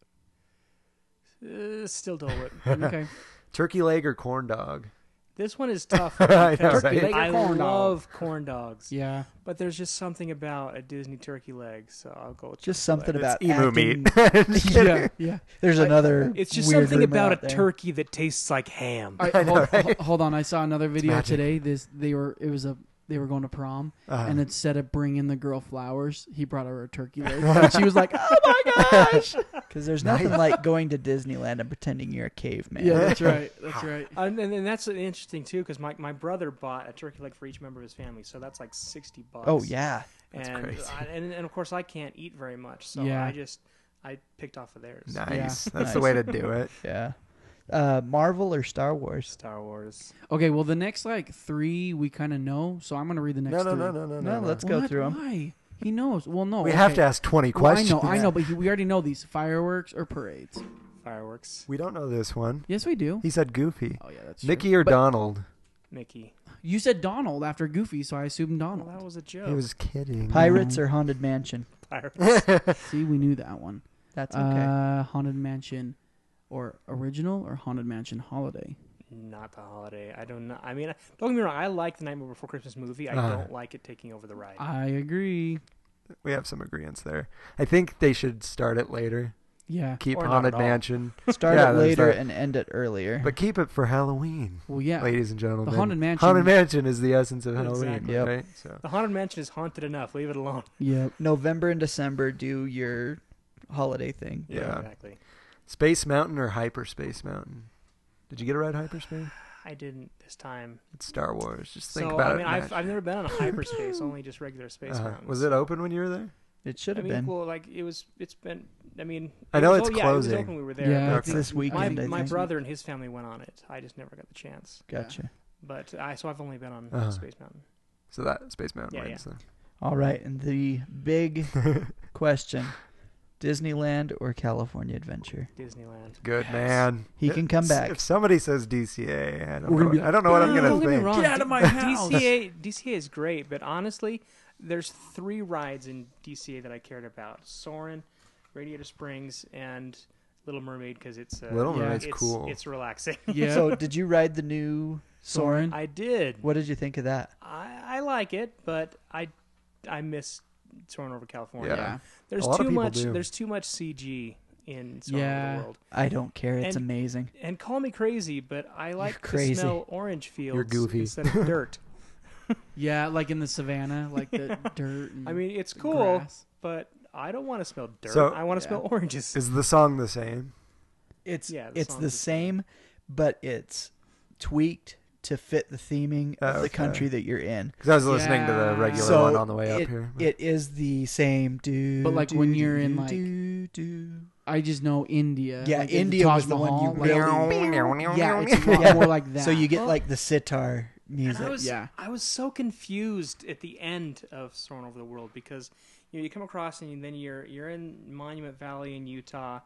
S8: Uh,
S6: (laughs)
S8: still Dole Whip.
S5: (laughs)
S9: Okay.
S5: Turkey leg or corn dog?
S8: This one
S6: (laughs)
S8: is tough.
S5: I know,
S8: because
S5: right?
S9: Make a
S8: I
S9: corn dog.
S8: love corn dogs.
S9: yeah.
S8: But there's just something about a Disney turkey leg, so I'll go with
S6: Just
S8: turkey
S6: something
S8: leg.
S6: about
S5: emu
S6: (laughs) acting-
S5: meat.
S9: Yeah. (laughs) Yeah.
S6: There's (laughs) another.
S8: It's just
S6: weird
S8: something
S6: rumor
S8: about a
S6: out there.
S8: turkey that tastes like ham.
S9: All right, hold, ho- hold on. I saw another video
S5: magic. Uh-huh.
S9: today. This they were it was a they were going to prom, and instead of bringing the girl flowers, he brought her a
S5: (laughs)
S9: turkey leg, (laughs) and she was like, "Oh my
S6: (laughs)
S9: gosh!"
S6: Because there's nothing like going to Disneyland and pretending you're a caveman.
S9: yeah, that's right. That's right.
S8: and, and, and that's interesting too, because my, my brother bought a turkey leg for each member of his family, so that's like sixty bucks.
S6: Oh yeah.
S8: and,
S5: crazy.
S8: I, and and of course I can't eat very much, so
S9: Yeah.
S8: I just I picked off of
S5: (laughs)
S8: theirs.
S5: Nice. That's the way to do it.
S6: Yeah. Uh, Marvel or Star Wars?
S8: Star Wars.
S9: Okay, well, the next like three we kind of know, so I'm gonna read the next.
S5: No, no,
S9: three.
S5: no, no, no,
S6: No,
S5: no. no.
S6: let's go
S9: What?
S6: through them.
S9: Why? He knows. Well, no.
S5: We have
S9: okay.
S5: to ask 20
S9: Well,
S5: questions.
S9: I know, I know, but he, we already know these fireworks or parades.
S8: Fireworks.
S5: (laughs) We don't know this one.
S9: Yes, we do.
S5: He said Goofy.
S9: Oh yeah, that's
S5: Mickey or Donald?
S8: Mickey.
S9: True. You said Donald after Goofy, so I assumed
S8: Well,
S9: Donald.
S8: that was a
S5: He
S8: joke.
S5: Oh, was kidding.
S6: Pirates or Haunted Mansion?
S8: Pirates.
S9: See, we knew that one.
S6: That's okay.
S9: Uh, Haunted Mansion, or original or Haunted Mansion Holiday.
S8: Not the holiday. I don't know. I mean, don't get me wrong. I like the Nightmare Before Christmas movie. I
S5: Uh-huh.
S8: don't like it taking over the ride.
S9: I agree.
S5: (laughs) we have some agreements there. I think they should start it later.
S9: Yeah.
S5: Keep
S8: Or not
S5: Haunted
S8: at all.
S5: Mansion.
S6: Start
S5: Yeah,
S6: it
S5: there's
S6: later
S5: that.
S6: and end it earlier.
S5: But keep it for Halloween,
S9: Well, yeah.
S5: ladies and gentlemen.
S9: Haunted Mansion-
S5: Haunted Mansion is the essence of Halloween,
S8: Exactly.
S6: Yep.
S5: right? So
S8: The Haunted Mansion is haunted enough. Leave it alone.
S9: Yep.
S6: November and December, do your holiday thing.
S5: Yeah.
S8: exactly.
S5: Space Mountain or Hyperspace Mountain? Did you get a ride hyperspace?
S8: I didn't this time.
S5: It's Star Wars. Just think
S8: so
S5: about
S8: I mean,
S5: it.
S8: I've,
S5: Matt.
S8: I've never been on a
S5: (laughs)
S8: hyperspace, only just regular space.
S5: Uh-huh.
S8: mountains.
S5: Was it open when you were there?
S6: It should
S8: I
S6: have
S8: mean,
S6: been.
S8: well, like it was. It's been. I mean,
S5: I
S8: it
S5: know
S8: was-
S5: it's
S8: oh, yeah, it was
S5: closing.
S8: open when we were there.
S9: Yeah,
S8: but
S6: It's this
S8: My,
S6: weekend, I
S8: my
S6: think.
S8: brother and his family went on it. I just never got the chance.
S6: Gotcha.
S8: But I so I've only been on
S5: Uh-huh.
S8: Space Mountain.
S5: So that Space Mountain
S8: Yeah,
S5: wins
S6: All right, and the
S9: (laughs)
S6: big
S5: then.
S6: question: Disneyland or California Adventure?
S5: (laughs)
S8: Disneyland.
S5: Good man.
S6: He can come
S5: If-
S6: back.
S5: If somebody says DCA, I don't
S9: We're
S5: know,
S9: gonna be
S5: I don't know what I'm
S9: "Boo,
S5: gonna
S9: don't get me
S5: think.
S9: wrong. Get out of my (laughs) house.
S8: DCA DCA is great, but honestly, there's three rides in DCA that I cared about: Soarin', Radiator Springs, and Little Mermaid because it's uh,
S5: Little
S8: yeah,
S5: Mermaid's
S8: it's,
S5: cool.
S8: It's relaxing.
S9: Yeah.
S6: So, did you ride the new Soren?
S9: Soren.
S8: (laughs) I did.
S6: What did you think of that?
S8: I, I like it, but I I miss Soarin' over California.
S5: Yeah.
S8: There's
S5: A lot of
S8: too
S5: people
S8: much.
S5: do.
S8: There's too much CG in Soarin'
S9: Yeah.
S8: over the world.
S6: I don't care. It's
S8: And-
S6: amazing.
S8: And call me crazy, but I like
S6: crazy.
S8: to smell orange fields
S5: goofy.
S8: instead of
S5: (laughs)
S8: dirt.
S9: yeah, like in the savannah, like the (laughs) dirt. And
S8: I mean, it's
S9: the
S8: cool,
S9: grass.
S8: but I don't want to smell dirt.
S5: So-
S8: I want to smell oranges.
S5: Is the song the same?
S6: It's
S8: Yeah, the
S6: it's
S8: song's
S6: the
S8: the same.
S6: same, but it's tweaked to fit the theming of
S5: Oh,
S6: the
S5: okay.
S6: country that you're in.
S5: Because I was listening to the
S9: Yeah.
S5: regular
S9: So
S5: one on the way up
S6: it-
S5: here.
S6: it is the same. Do
S9: But, like,
S6: do,
S9: when
S6: do,
S9: you're in,
S6: do,
S9: like-
S6: do, do.
S9: I just know India.
S6: Yeah,
S9: like the
S6: India
S9: Taj
S6: was the one you
S9: Mahal,
S6: really-
S9: Like, yeah, it's a lot
S6: Yeah.
S9: more like
S6: (laughs)
S9: that.
S6: So you get like the sitar
S8: And
S6: music.
S8: I was,
S9: yeah.
S8: I was so confused at the end of Soarin' Over the World because you know you come across and then you're you're in Monument Valley in Utah,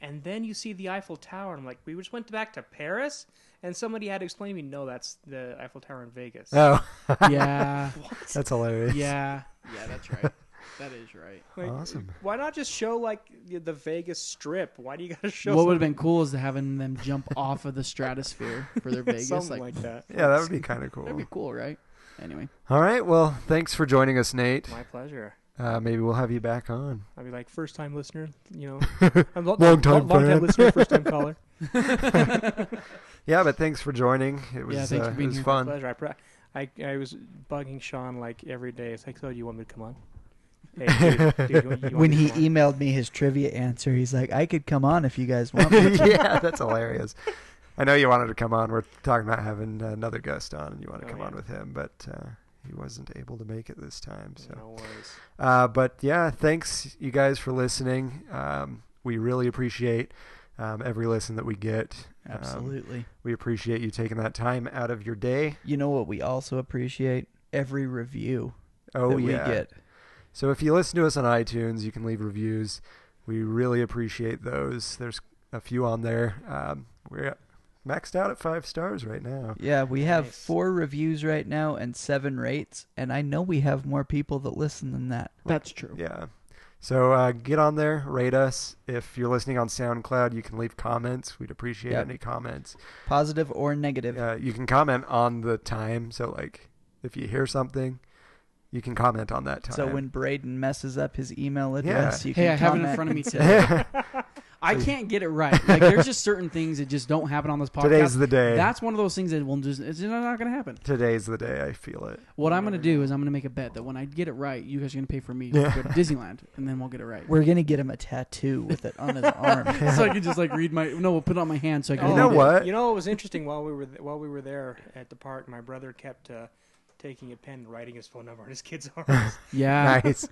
S8: and then you see the Eiffel Tower. And I'm like, we just went back to Paris, and somebody had to explain to me, no, that's the Eiffel Tower in
S5: (laughs)
S8: Vegas.
S5: Oh,
S6: (laughs)
S9: yeah,
S5: that's hilarious.
S9: (laughs) yeah, yeah. That's right. That is right.
S8: Like,
S5: Awesome.
S8: Why not just show like the- the Vegas Strip? Why do you got to show?
S9: what would have been cool is having them jump off of the stratosphere for (laughs) their
S8: something-
S9: Vegas.
S8: something
S9: like,
S8: like, that?
S5: Yeah, that would be kind of
S9: that'd
S5: cool.
S9: be cool, right? Anyway,
S5: All right. Well, thanks for joining us, Nate.
S8: My pleasure.
S5: Uh, maybe we'll have you back on.
S8: I'd be like first time listener, you know, I'm
S5: Long-time
S8: long time
S5: fan.
S8: listener, first time caller.
S5: Yeah, but thanks for joining. It was,
S9: thanks
S5: uh,
S9: for
S5: it
S9: being
S5: was
S9: here.
S5: fun.
S8: pleasure. I, pra- I I was bugging Sean like every day. It's like, so do you want me to come on? Hey, dude, dude, you want- you want
S6: when
S8: me to
S6: he
S8: come on?"
S6: emailed me his trivia answer, he's like, "I could come on if you guys
S5: (laughs)
S6: want me."
S5: yeah, that's hilarious. I know you wanted to come on. We're talking about having another guest on, and you want to
S8: Oh,
S5: come
S8: yeah.
S5: on with him, but uh, he wasn't able to make it this time. So.
S8: no worries.
S5: Uh, but yeah, thanks you guys for listening. Um, we really appreciate um, every listen that we get. Um,
S6: Absolutely.
S5: we appreciate you taking that time out of your day.
S6: you know what we also appreciate? Every review
S5: Oh
S6: that
S5: yeah.
S6: we get.
S5: So if you listen to us on iTunes, you can leave reviews. We really appreciate those. There's a few on there. Um, we're maxed out at five stars right now.
S6: Yeah, we have four reviews right now and seven rates, and I know we have more people that listen than that.
S9: That's true.
S5: Yeah. So uh, get on there, rate us. If you're listening on SoundCloud, you can leave comments. We'd appreciate
S6: Yep.
S5: any comments.
S6: Positive or negative.
S5: Uh, you can comment on the time. So like, if you hear something, you can comment on that time.
S6: So when Braden messes up his email address, you can
S9: Hey, I have it in
S6: comment
S5: (laughs)
S9: front of me
S6: and
S9: today. I can't get it right. Like there's just certain things that just don't happen on this podcast.
S5: Today's the day.
S9: That's one of those things that will just it's just not going to happen.
S5: today's the day I feel
S6: (laughs)
S5: it.
S9: What I'm going to do is I'm going to make a bet that when I get it right, you guys are going to pay for me to go to Disneyland, and then we'll get it right.
S6: We're gonna get him a tattoo with it on
S5: (laughs)
S6: his arm.
S9: so I can just like read my no, we'll put it on my hand so I can.
S5: You
S9: read
S5: know
S9: it.
S5: what?
S8: You know, it was interesting while we were th- while we were there at the park. My brother kept uh, taking a pen and writing his phone number on his kids' (laughs)
S5: (laughs)
S8: arms.
S9: Yeah.
S5: nice.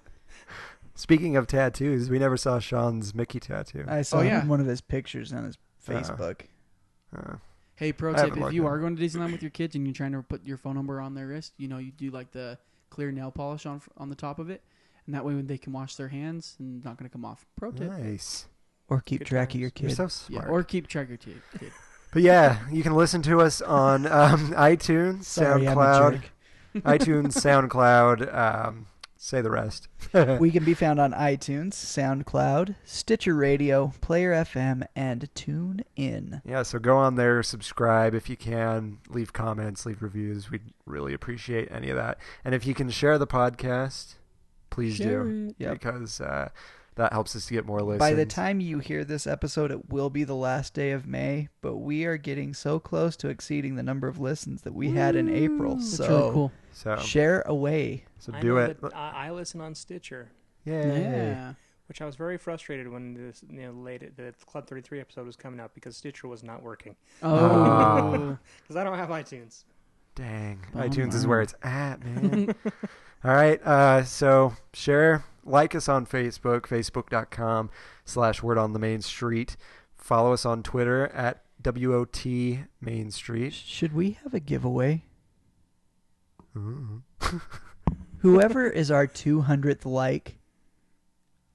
S5: Speaking of tattoos, we never saw Sean's Mickey tattoo.
S6: I saw
S9: Oh,
S6: him
S9: yeah.
S6: in one of his pictures on his Facebook.
S5: Uh,
S9: Hey, pro
S5: I
S9: tip:
S5: haven't
S9: if
S5: looked
S9: you
S5: at
S9: are
S5: it.
S9: going to Disneyland with your kids and you're trying to put your phone number on their wrist, you know you do like the clear nail polish on on the top of it, and that way when they can wash their hands and it's not going to come off. Pro tip.
S5: nice.
S6: or keep track of your
S5: You're
S6: kids.
S5: so
S9: Yeah,
S5: smart.
S9: or keep track of your kid. kid.
S5: But yeah, you can listen to us on (laughs) um, iTunes,
S6: Sorry, I'm a
S5: SoundCloud,
S6: jerk. (laughs)
S5: iTunes, SoundCloud. Um, say the rest. (laughs)
S6: We can be found on iTunes, SoundCloud, Stitcher Radio, Player FM, and TuneIn.
S5: yeah, so go on there, subscribe if you can, leave comments, leave reviews. We'd really appreciate any of that. And if you can share the podcast, please do
S6: Yep.
S5: because uh, that helps us to get more listens.
S6: By the time you hear this episode, it will be the last day of May, but we are getting so close to exceeding the number of listens that we had in April.
S9: (laughs) That's
S6: So
S9: really cool.
S5: so
S6: share away.
S5: so
S8: I
S5: do
S8: know
S5: it.
S8: that I, I listen on Stitcher,
S5: Yay.
S9: Yeah.
S8: which I was very frustrated when this you know, late the Club Thirty Three episode was coming out because Stitcher was not working
S5: Uh,
S9: Oh.
S8: because I don't have iTunes.
S5: Dang,
S9: Bummer.
S5: iTunes is where it's at, man. (laughs) All right, uh, so share, like us on Facebook, facebook.com slash word on the main street. Follow us on Twitter at WOT Main Street.
S6: Should we have a giveaway? (laughs) Whoever is our 200th like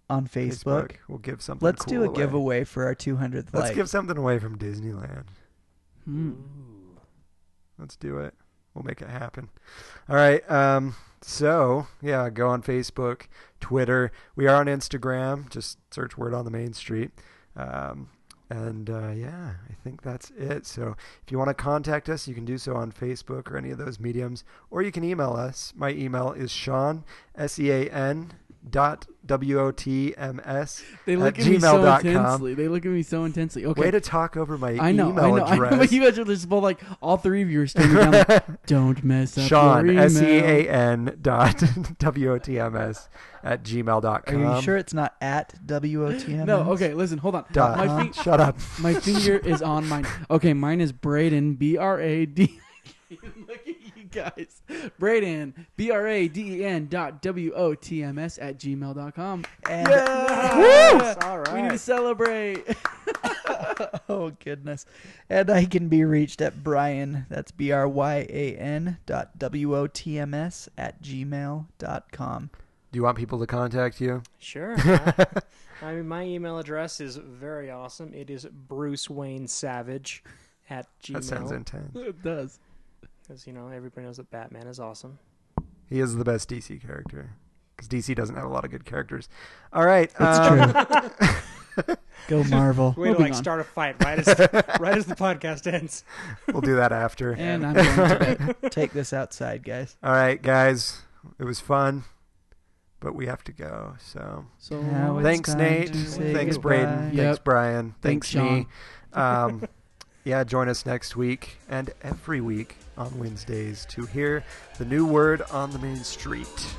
S6: on Facebook,
S5: We'll give something.
S6: let's do
S5: cool
S6: a
S5: away.
S6: giveaway for our 200th
S5: Let's
S6: like.
S5: give something away from Disneyland.
S9: Hmm.
S5: Let's do it. We'll make it happen. All right. Um, so yeah, go on Facebook, Twitter. We are on Instagram. Just search "Word on the Main Street." Um, and uh, yeah, I think that's it. So if you want to contact us, you can do so on Facebook or any of those mediums, or you can email us. My email is Sean S E A N dot W O T M S
S9: They
S5: at
S9: look at me so
S5: gmail.com.
S9: intensely. They look at me so intensely. Okay.
S5: Way to talk over my
S9: I know,
S5: email
S9: I know, (laughs)
S5: address.
S9: I know. You guys are just both like all three of you are standing down.
S5: (laughs)
S9: Like, Don't mess up.
S5: Sean,
S9: your
S5: S E
S9: email."
S5: A N dot (laughs) W O T M S at gmail dot
S6: Are
S5: com.
S6: you sure it's not at WOTM?
S9: No, okay, listen, hold on.
S5: Dot.
S9: My, fi-
S5: Shut up.
S9: my finger is on mine. Okay, mine is Braden, B R A D. E (laughs) Look at you guys. Braden, B R A D E N dot W O T M S at gmail dot com.
S6: And-
S8: Yes, all right.
S9: We need to celebrate. (laughs)
S6: (laughs) Oh goodness. And I can be reached at Brian, that's B R Y A N dot W O T M S at gmail dot com.
S5: Do you want people to contact you?
S8: (laughs) Sure. I, I mean, my email address is very awesome. It is Bruce Wayne Savage at Gmail.
S5: That sounds intense.
S9: it does.
S8: Because you know everybody knows that Batman is awesome.
S5: He is the best DC character because DC doesn't have a lot of good characters. All right. um,
S6: Go Marvel.
S8: Way to
S9: Moving
S8: like
S9: on.
S8: start a fight right as right as the podcast ends.
S5: (laughs) we'll do that after.
S9: And I'm going to bed.
S6: Take this outside, guys.
S5: All right, guys. It was fun, but we have to go. So
S9: So
S6: Now it's
S5: thanks,
S6: time
S5: Nate.
S6: to say
S5: Thanks,
S6: goodbye.
S5: Braden.
S9: Yep.
S5: Thanks, Brian.
S9: Thanks,
S5: Thanks, me. Um,
S6: (laughs)
S5: yeah, join us next week and every week on Wednesdays to hear the new word on the main street.